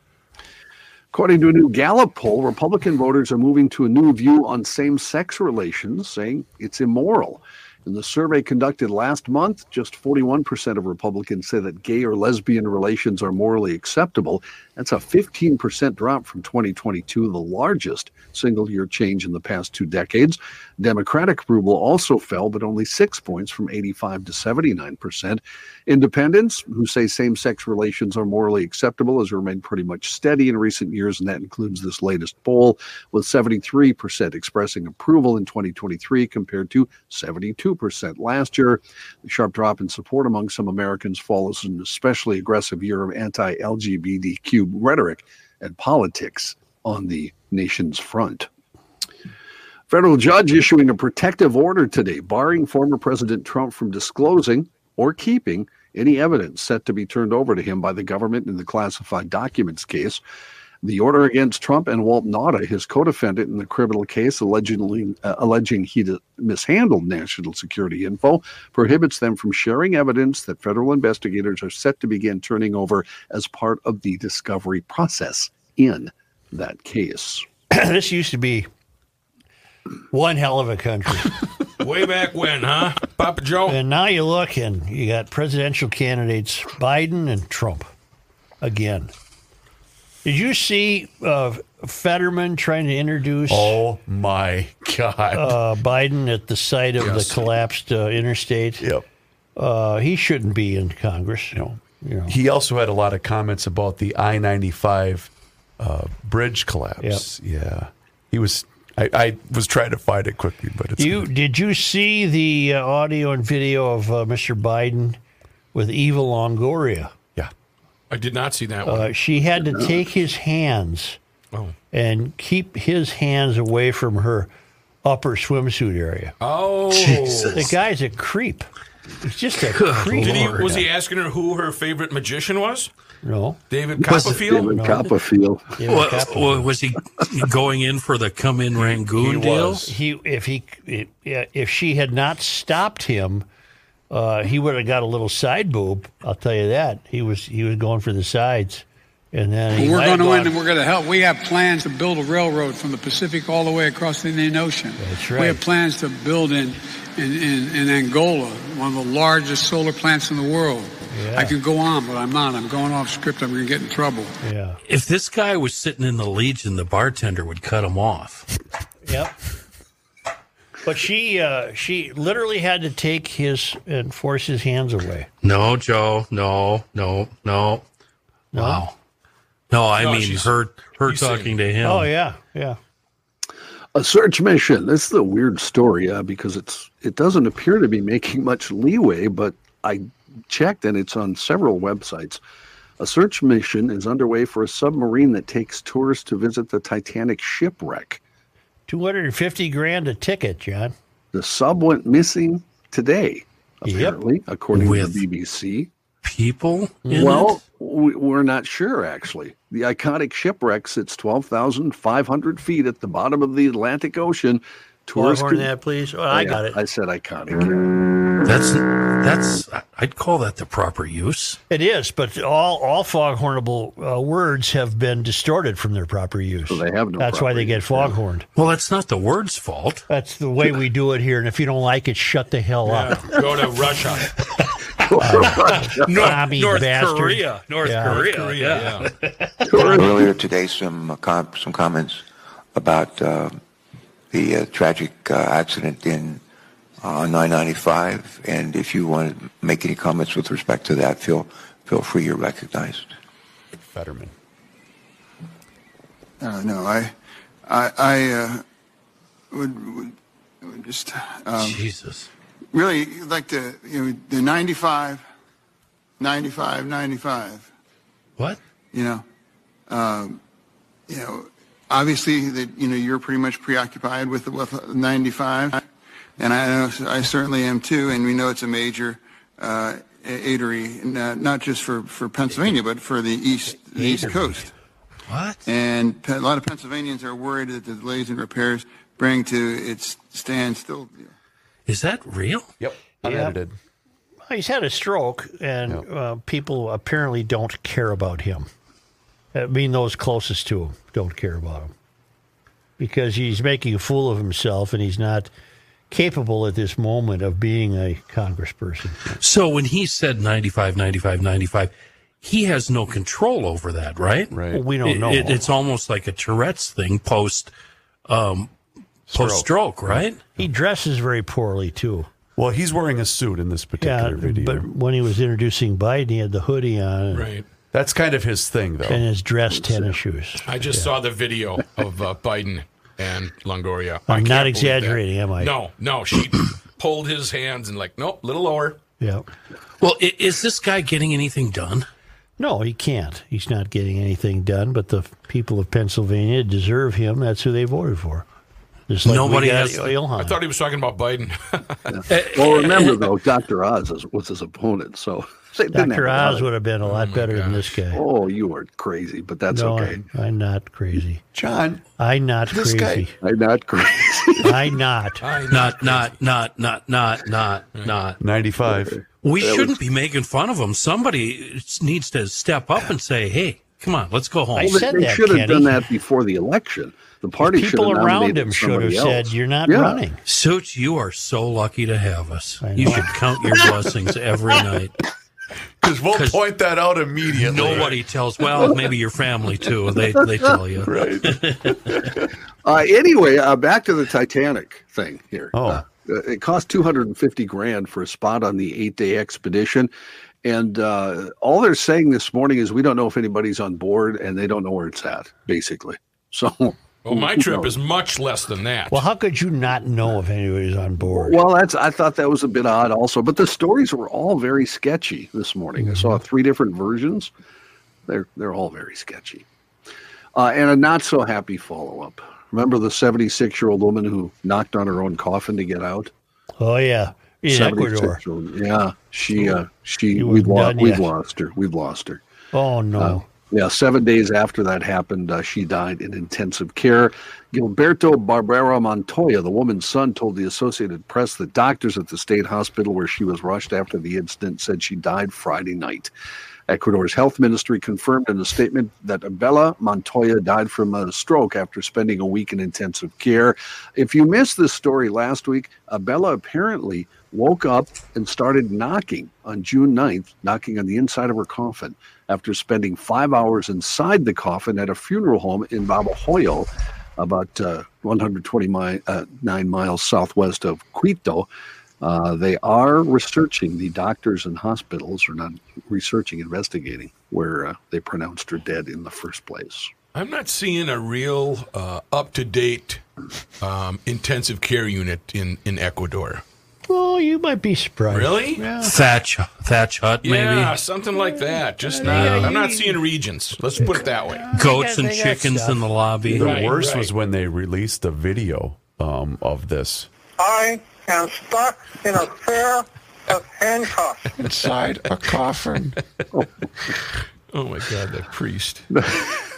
According to a new Gallup poll, Republican voters are moving to a new view on same sex relations, saying it's immoral. In the survey conducted last month, just 41% of Republicans say that gay or lesbian relations are morally acceptable. That's a 15% drop from 2022, the largest single year change in the past two decades. Democratic approval also fell, but only six points from 85 to 79%. Independents, who say same sex relations are morally acceptable, has remained pretty much steady in recent years, and that includes this latest poll, with 73% expressing approval in 2023 compared to 72% last year. The sharp drop in support among some Americans follows an especially aggressive year of anti LGBTQ rhetoric and politics on the nation's front. Federal judge issuing a protective order today, barring former President Trump from disclosing or keeping any evidence set to be turned over to him by the government in the classified documents case. The order against Trump and Walt Nauta, his co-defendant in the criminal case allegedly uh, alleging he d- mishandled national security info, prohibits them from sharing evidence that federal investigators are set to begin turning over as part of the discovery process in that case. this used to be one hell of a country. Way back when, huh? Papa Joe? And now you look and you got presidential candidates Biden and Trump again. Did you see uh, Fetterman trying to introduce Oh my God. uh, Biden at the site of the collapsed uh, interstate? yep. Uh, he shouldn't be in Congress. No. You know. He also had a lot of comments about the I 95 uh, bridge collapse. Yeah. He was, I, I was trying to find it quickly, but it's. You did you see the uh, audio and video of uh, Mr. Biden with Eva Longoria? yeah. I did not see that one. Uh, she had to take his hands oh. and keep his hands away from her upper swimsuit area. Oh. The guy's a creep. He's just a creep. Did he, was he asking her who her favorite magician was? No. David Was it Copperfield? David Copperfield. Well, well, was he going in for the come in Rangoon deal? He if he if, if she had not stopped him, uh, he would have got a little side boob. I'll tell you that. He was he was going for the sides, and then he We're might have going to win gone- and we're going to help. We have plans to build a railroad from the Pacific all the way across the Indian Ocean. That's We right. have plans to build in, in, in, in Angola, one of the largest solar plants in the world. I can go on, but I'm not. I'm going off script. I'm going to get in trouble. Yeah. If this guy was sitting in the Legion, the bartender would cut him off. Yep. But she uh, she literally had to take his and force his hands away. No, Joe. No, no, no. Wow. No, I No, mean she's- her her he's saying- talking to him. Oh yeah, yeah. a search mission. This is a weird story uh, because it's it doesn't appear to be making much leeway, but I checked and it's on several websites. A search mission is underway for a submarine that takes tourists to visit the Titanic shipwreck. Two hundred and fifty grand a ticket, John. The sub went missing today, Yep. apparently, according With- to the BBC. People in well, it? we- we're not sure, actually. The iconic shipwreck sits 12,500 feet at the bottom of the Atlantic Ocean. Tourists Longhorn that, please. Oh, I Yeah, got it. I said iconic. That's that's I'd call that the proper use. It is, but all all foghornable uh, words have been distorted from their proper use. So they have no That's why proper they get foghorned. Well, that's not the word's fault. That's the way we do it here. And if you don't like it, shut the hell up. Go to Russia. Commie North bastard. Korea, North Yeah. Korea, yeah. yeah. Earlier today, some uh, com- some comments about uh, the uh, tragic uh, accident in uh, 995, and if you want to make any comments with respect to that, feel feel free. You're recognized. Fetterman. Uh, no, I, I, I uh, would, would, would just um, Jesus. really like to you know the 95, 95, 95. What? You know, um, you know, obviously that you know you're pretty much preoccupied with the with 95, and I know I certainly am too. And we know it's a major uh, a- aidery, not, not just for for Pennsylvania, but for the east the east coast. What? And pe- a lot of Pennsylvanians are worried that the delays and repairs bring to its standstill. Is that real? Yep. Unedited. He's had a stroke, and uh, people apparently don't care about him. I mean, those closest to him don't care about him because he's making a fool of himself, and he's not capable at this moment of being a congressperson. So when he said 95, 95, 95, he has no control over that, right? Right. Well, we don't It- know. it- it's almost like a Tourette's thing post um, post stroke, right? He dresses very poorly too. Well, he's wearing a suit in this particular Yeah, video. but when he was introducing Biden, he had the hoodie on and, Right. That's kind of his thing, though. and his dress tennis shoes. I just saw the video of uh, Biden and Longoria. I I'm can't believe not that. exaggerating, am I? No, no. She pulled his hands and like, nope, a little lower. Yeah. Well, i- is this guy getting anything done? No, he can't. He's not getting anything done. But the people of Pennsylvania deserve him. That's who they voted for. Just like Nobody we got has- Ilhan. I thought he was talking about Biden. Well, remember though, Dr. Oz is- was his opponent, so they didn't Dr. Oz have a lot would have been a lot better than this guy. of- Oh, you are crazy, but that's no, okay. I'm, I'm not crazy. John, I'm not This guy- crazy. I'm not crazy. I'm not. Not, not, not, not, not, not, not. 95. We shouldn't be making fun of him. Somebody needs to step up and say, "Hey, come on, let's go home." I said they that, should have Kenny. done that before the election. The party should People have around nominated him should have somebody said, else. "You're not Yeah. running." Suits, you are so lucky to have us. I You know. should count your blessings every night. Because we'll 'Cause point that out immediately. Nobody tells. Well, maybe your family too. They they tell you. Right. Uh, anyway, uh, back to the Titanic thing here. Oh. Uh, it cost 250 grand for a spot on the eight day expedition. And uh, all they're saying this morning is we don't know if anybody's on board and they don't know where it's at, basically. So, Well, my trip is much less than that. Well, how could you not know if anybody's on board? well, that's I thought that was a bit odd also. But the stories were all very sketchy this morning. I saw three different versions. They're they're all very sketchy. Uh, and a not so happy follow up. Remember the 76 year old woman who knocked on her own coffin to get out? oh yeah, in 76 Ecuador. old. Yeah, she uh, she You we've weren't lost done yet. we've lost her. We've lost her. Oh no. Yeah, seven days after that happened, uh, she died in intensive care. Gilberto Barbera Montoya, the woman's son, told the Associated Press that doctors at the state hospital where she was rushed after the incident said she died Friday night. Ecuador's health ministry confirmed in a statement that Abella Montoya died from a stroke after spending a week in intensive care. If you missed this story last week, Abella apparently woke up and started knocking on June 9th, knocking on the inside of her coffin after spending five hours inside the coffin at a funeral home in Babahoyo, about uh, 120 mi- uh, nine miles southwest of Quito. Uh, they are researching the doctors and hospitals are not researching, investigating where uh, they pronounced her dead in the first place. I'm not seeing a real uh, up to date um, intensive care unit in, in Ecuador. Well, Oh, you might be surprised. Really? Yeah. Thatch thatch hut Yeah, maybe something like that. Just not. I'm not seeing regions. Let's put it that way. goats and They got chickens stuff. in the lobby. The Right, worst right. was when they released the video um, of this. I am stuck in a pair of handcuffs. Inside a coffin. Oh my God, that priest.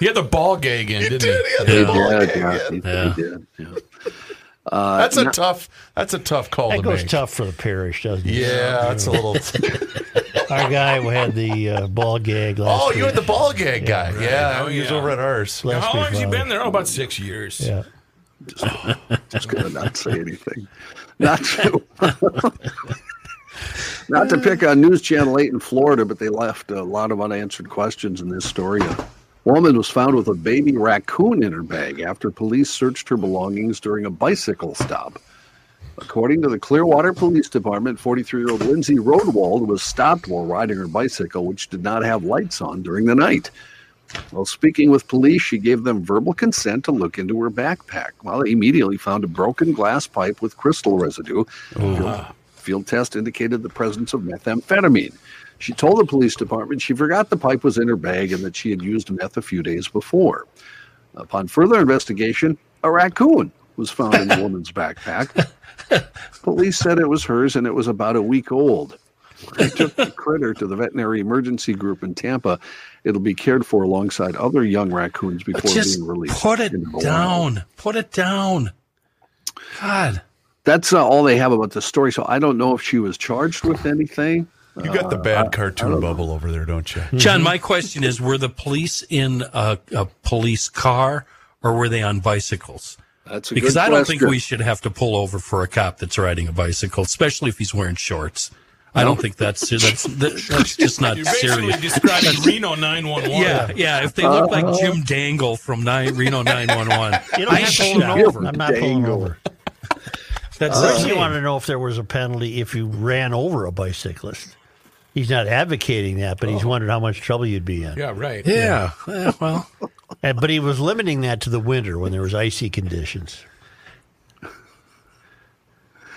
he had the ball gag in, didn't he? Yeah. Yeah, yeah, he- he Yeah. did, yeah. Uh, that's a not- tough. That's a tough call That to goes make. tough for the parish, doesn't it? Yeah, that's a little. Our guy had the uh, ball gag last oh, you week. had the ball gag guy. right. Yeah, Oh, he was yeah. over at ours. Now, how long has he been there? Oh, about six years. Yeah. just gonna not say anything. Not to, not to pick on News Channel Eight in Florida, but they left a lot of unanswered questions in this story. A woman was found with a baby raccoon in her bag after police searched her belongings during a bicycle stop. According to the Clearwater Police Department, 43 year old Lindsay Rodewald was stopped while riding her bicycle, which did not have lights on during the night. While speaking with police, she gave them verbal consent to look into her backpack. Well, they immediately found a broken glass pipe with crystal residue. Field, field test indicated the presence of methamphetamine. She told the police department she forgot the pipe was in her bag and that she had used meth a few days before. Upon further investigation, a raccoon was found in the woman's backpack. Police said it was hers and it was about a week old. They took the critter to the veterinary emergency group in Tampa. It'll be cared for alongside other young raccoons before Just being released. put it into the wild. down. Put it down. God. That's uh, all they have about the story. So I don't know if she was charged with anything. You got the bad cartoon bubble over there, don't you? John, my Mm-hmm. question is: Were the police in a, a police car, or were they on bicycles? That's a because good I don't think question. we should have to pull over for a cop that's riding a bicycle, especially if he's wearing shorts. I don't think that's that's that's just not You're basically serious. describing Reno Oh, 911. Yeah, yeah. If they look like Jim Dangle from nine, Reno 911, You don't I have to should pull not. him over. I'm not pulling over. That's First, you insane. want to know if there was a penalty if you ran over a bicyclist. He's not advocating that, but he's wondered how much trouble you'd be in. Yeah, right. Yeah. Eh, well, And, but he was limiting that to the winter when there was icy conditions.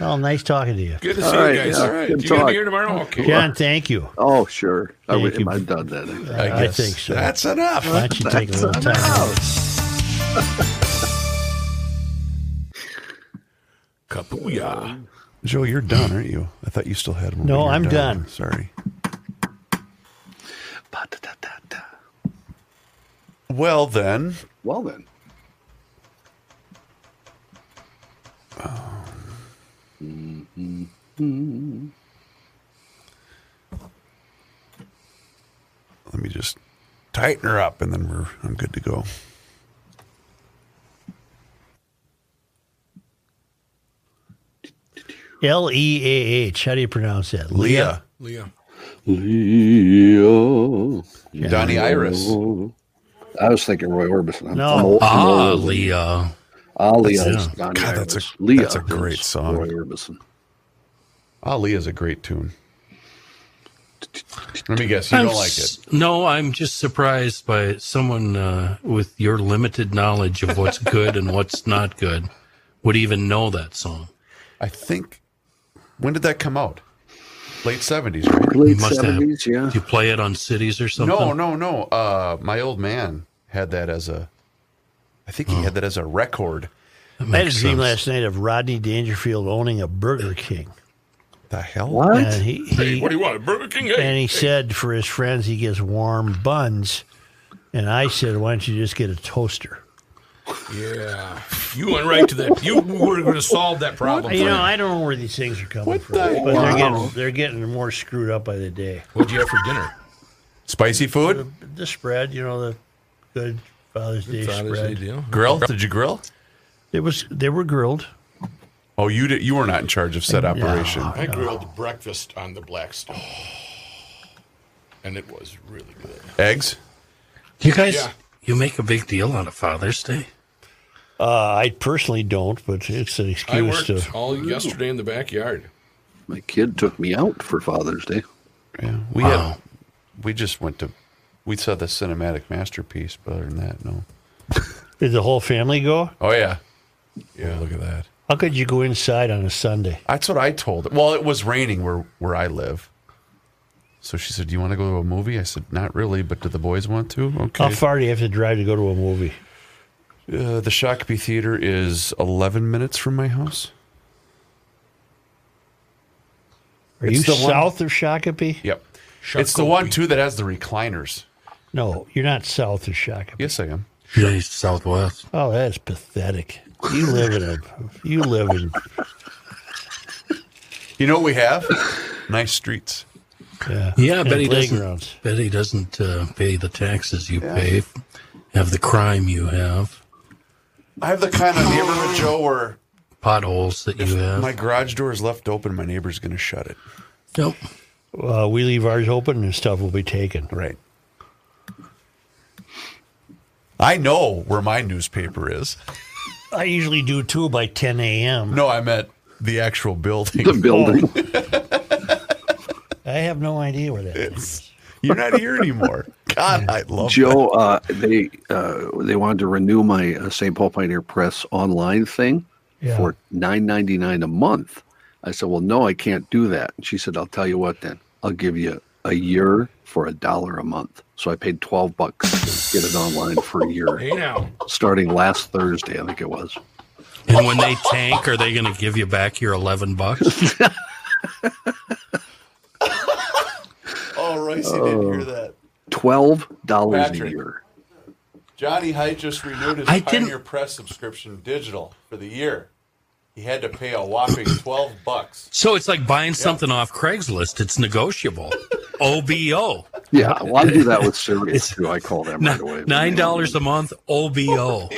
Well, nice talking to you. Good to All see right, you guys. yeah, All right. good You going to talk. be here tomorrow? Okay. John, thank you. Oh, sure. I, Thank would- you. I've done that. I think. I, guess think so. That's enough. Why don't you take a little time? Kapuya. Joe, you're done, aren't you? I thought you still had one. No, You're I'm done. Sorry. Well then, Well then, let me just tighten her up, and then we're I'm good to go. L E A H. How do you pronounce that? Leah, Leah. Leo. Donnie Iris. I was thinking Roy Orbison. I'm- No. I'm old- I'm ah, old. Leo. Ah, Leo. That's- is Donnie God, that's a- Iris. Leo that's a great is song. Roy Orbison. Ali is Ah, a great tune. Let me guess, you I'm don't like it. s- No, I'm just surprised by someone uh, with your limited knowledge of what's good and what's not good would even know that song. I think. When did that come out? Late seventies, right? You Late must have- 70s, yeah. You play it on cities or something? No, no, no. Uh, my old man had that as a. I think he had that as a record. I had a dream last night of Rodney Dangerfield owning a Burger King. The hell? And he, Hey, he, what do you want? Burger King? and Hey. he said for his friends he gets warm buns. And I said, why don't you just get a toaster? Yeah. You went right to that. You were going to solve that problem. You for know, him. I don't know where these things are coming What from. the- but Wow. they're getting they're getting more screwed up by the day. What'd you have for dinner? Spicy The, food? the spread, you know, the good Father's Day Father's Day spread. deal. Grill? Did you grill? It was they were grilled. Oh, you did, you were not in charge of said operation. I grilled breakfast on the black stove. And it was really good. Eggs? You guys, Yeah. you make a big deal out of Father's Day. Uh, I personally don't, but it's an I excuse worked to. all yesterday in the backyard. My kid took me out for Father's Day. Yeah. We Wow. had, we just went to we saw the cinematic masterpiece, but other than that, no. Did the whole family go? Oh yeah. Yeah, look at that. How could you go inside on a Sunday? That's what I told her. Well, it was raining where where I live. So she said, "Do you want to go to a movie?" I said, "Not really, but do the boys want to?" Okay. How far do you have to drive to go to a movie? Uh, the Shakopee Theater is 11 minutes from my house. Are It's you the one- south of Shakopee? Yep. It's the one too that has the recliners. No, you're not south of Shakopee. Yes, I am. Yeah, Southwest. Oh, that's pathetic. You live in a. You live in. You know what we have? nice streets. Yeah, Yeah, And bet he playgrounds. doesn't. Bet he doesn't uh, pay the taxes you pay, have the crime you have, I have the kind of neighborhood, Joe, where potholes that you have. my garage door is left open, my neighbor's going to shut it. Nope. Uh, we leave ours open and stuff will be taken. Right. I know where my newspaper is. I usually do two by 10 a.m. No, I meant the actual building. The building. I have no idea where that is. You're not here anymore. God, I love Joe, uh, they uh, they wanted to renew my uh, St. Paul Pioneer Press online thing Yeah. for nine ninety nine a month. I said, "Well, no, I can't do that." And she said, "I'll tell you what, then I'll give you a year for a dollar a month." So I paid twelve bucks to get it online for a year, Hey now. starting last Thursday, I think it was. And when they tank, are they going to give you back your eleven bucks? Oh, Royce, you didn't hear Oh. that. Twelve dollars a Patrick. year. Johnny Height just renewed his I didn't- Pioneer Press subscription digital for the year. He had to pay a whopping 12 bucks. so it's like buying something off Craigslist. It's negotiable. OBO. Yeah, well, I do that with Sirius too. I call them right away. Nine dollars a month, OBO.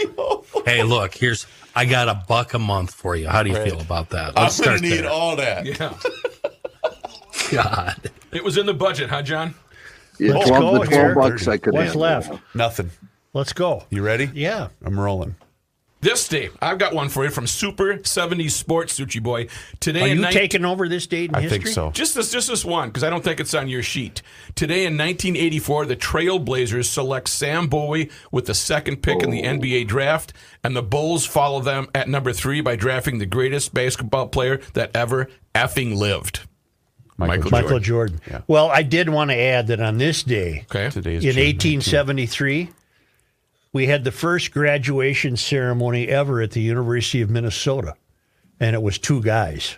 hey, look, here's I got a buck a month for you. How do you Right. feel about that? I'm Let's gonna start need there. all that. Yeah. God. It was in the budget, huh, John? Yeah, Let's twelve, go the twelve here. bucks I could. What's handle. left? Nothing. Let's go. You ready? Yeah. I'm rolling. This day, I've got one for you from Super 70s Sports, Suchi Boy. Today Are in you nine- taking over this date in I history? think so. Just this, just this one, because I don't think it's on your sheet. Today in 1984, the Trailblazers select Sam Bowie with the second pick in the NBA draft, and the Bulls follow them at number three by drafting the greatest basketball player that ever effing lived, Michael, Michael Jordan. Jordan. Well, I did want to add that on this day, Today's in 1873, we had the first graduation ceremony ever at the University of Minnesota, and it was two guys,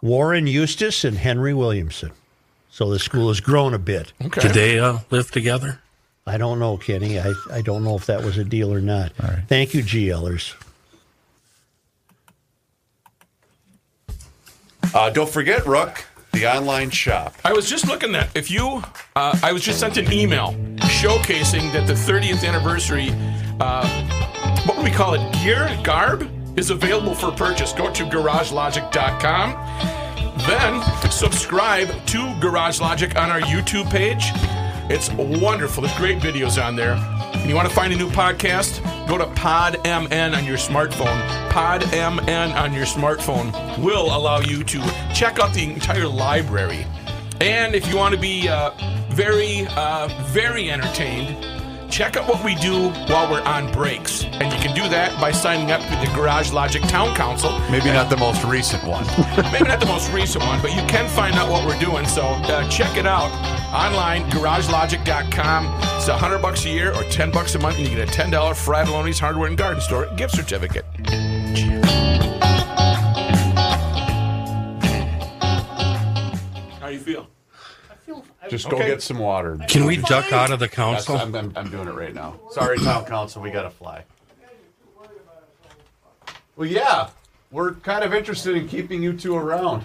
Warren Eustis and Henry Williamson. So the school has grown a bit. Okay. Did they uh, live together? I don't know, Kenny. I, I don't know if that was a deal or not. Thank you, GLers. Uh, don't forget, Rook, the online shop. I was just looking that if you, uh, I was just sent an email showcasing that the 30th anniversary, uh, what do we call it, gear garb is available for purchase. Go to GarageLogic.com, then subscribe to Garage Logic on our YouTube page. It's wonderful. There's great videos on there. And you want to find a new podcast? Go to PodMN on your smartphone. PodMN on your smartphone will allow you to check out the entire library. And if you want to be uh, very, uh, very entertained, check out what we do while we're on breaks. And you can do that by signing up with the Garage Logic Town Council. Maybe not the most recent one. Maybe not the most recent one, but you can find out what we're doing. So uh, check it out online, garagelogic.com. It's a hundred bucks a year or ten bucks a month, and you get a ten dollar Fratelloni's Hardware and Garden Store gift certificate. How you feel? Just go Okay. get some water. Can we duck out of the council? That's- I'm, I'm- I'm doing it right now. Sorry, town council, we got to fly. Well, yeah, we're kind of interested in keeping you two around.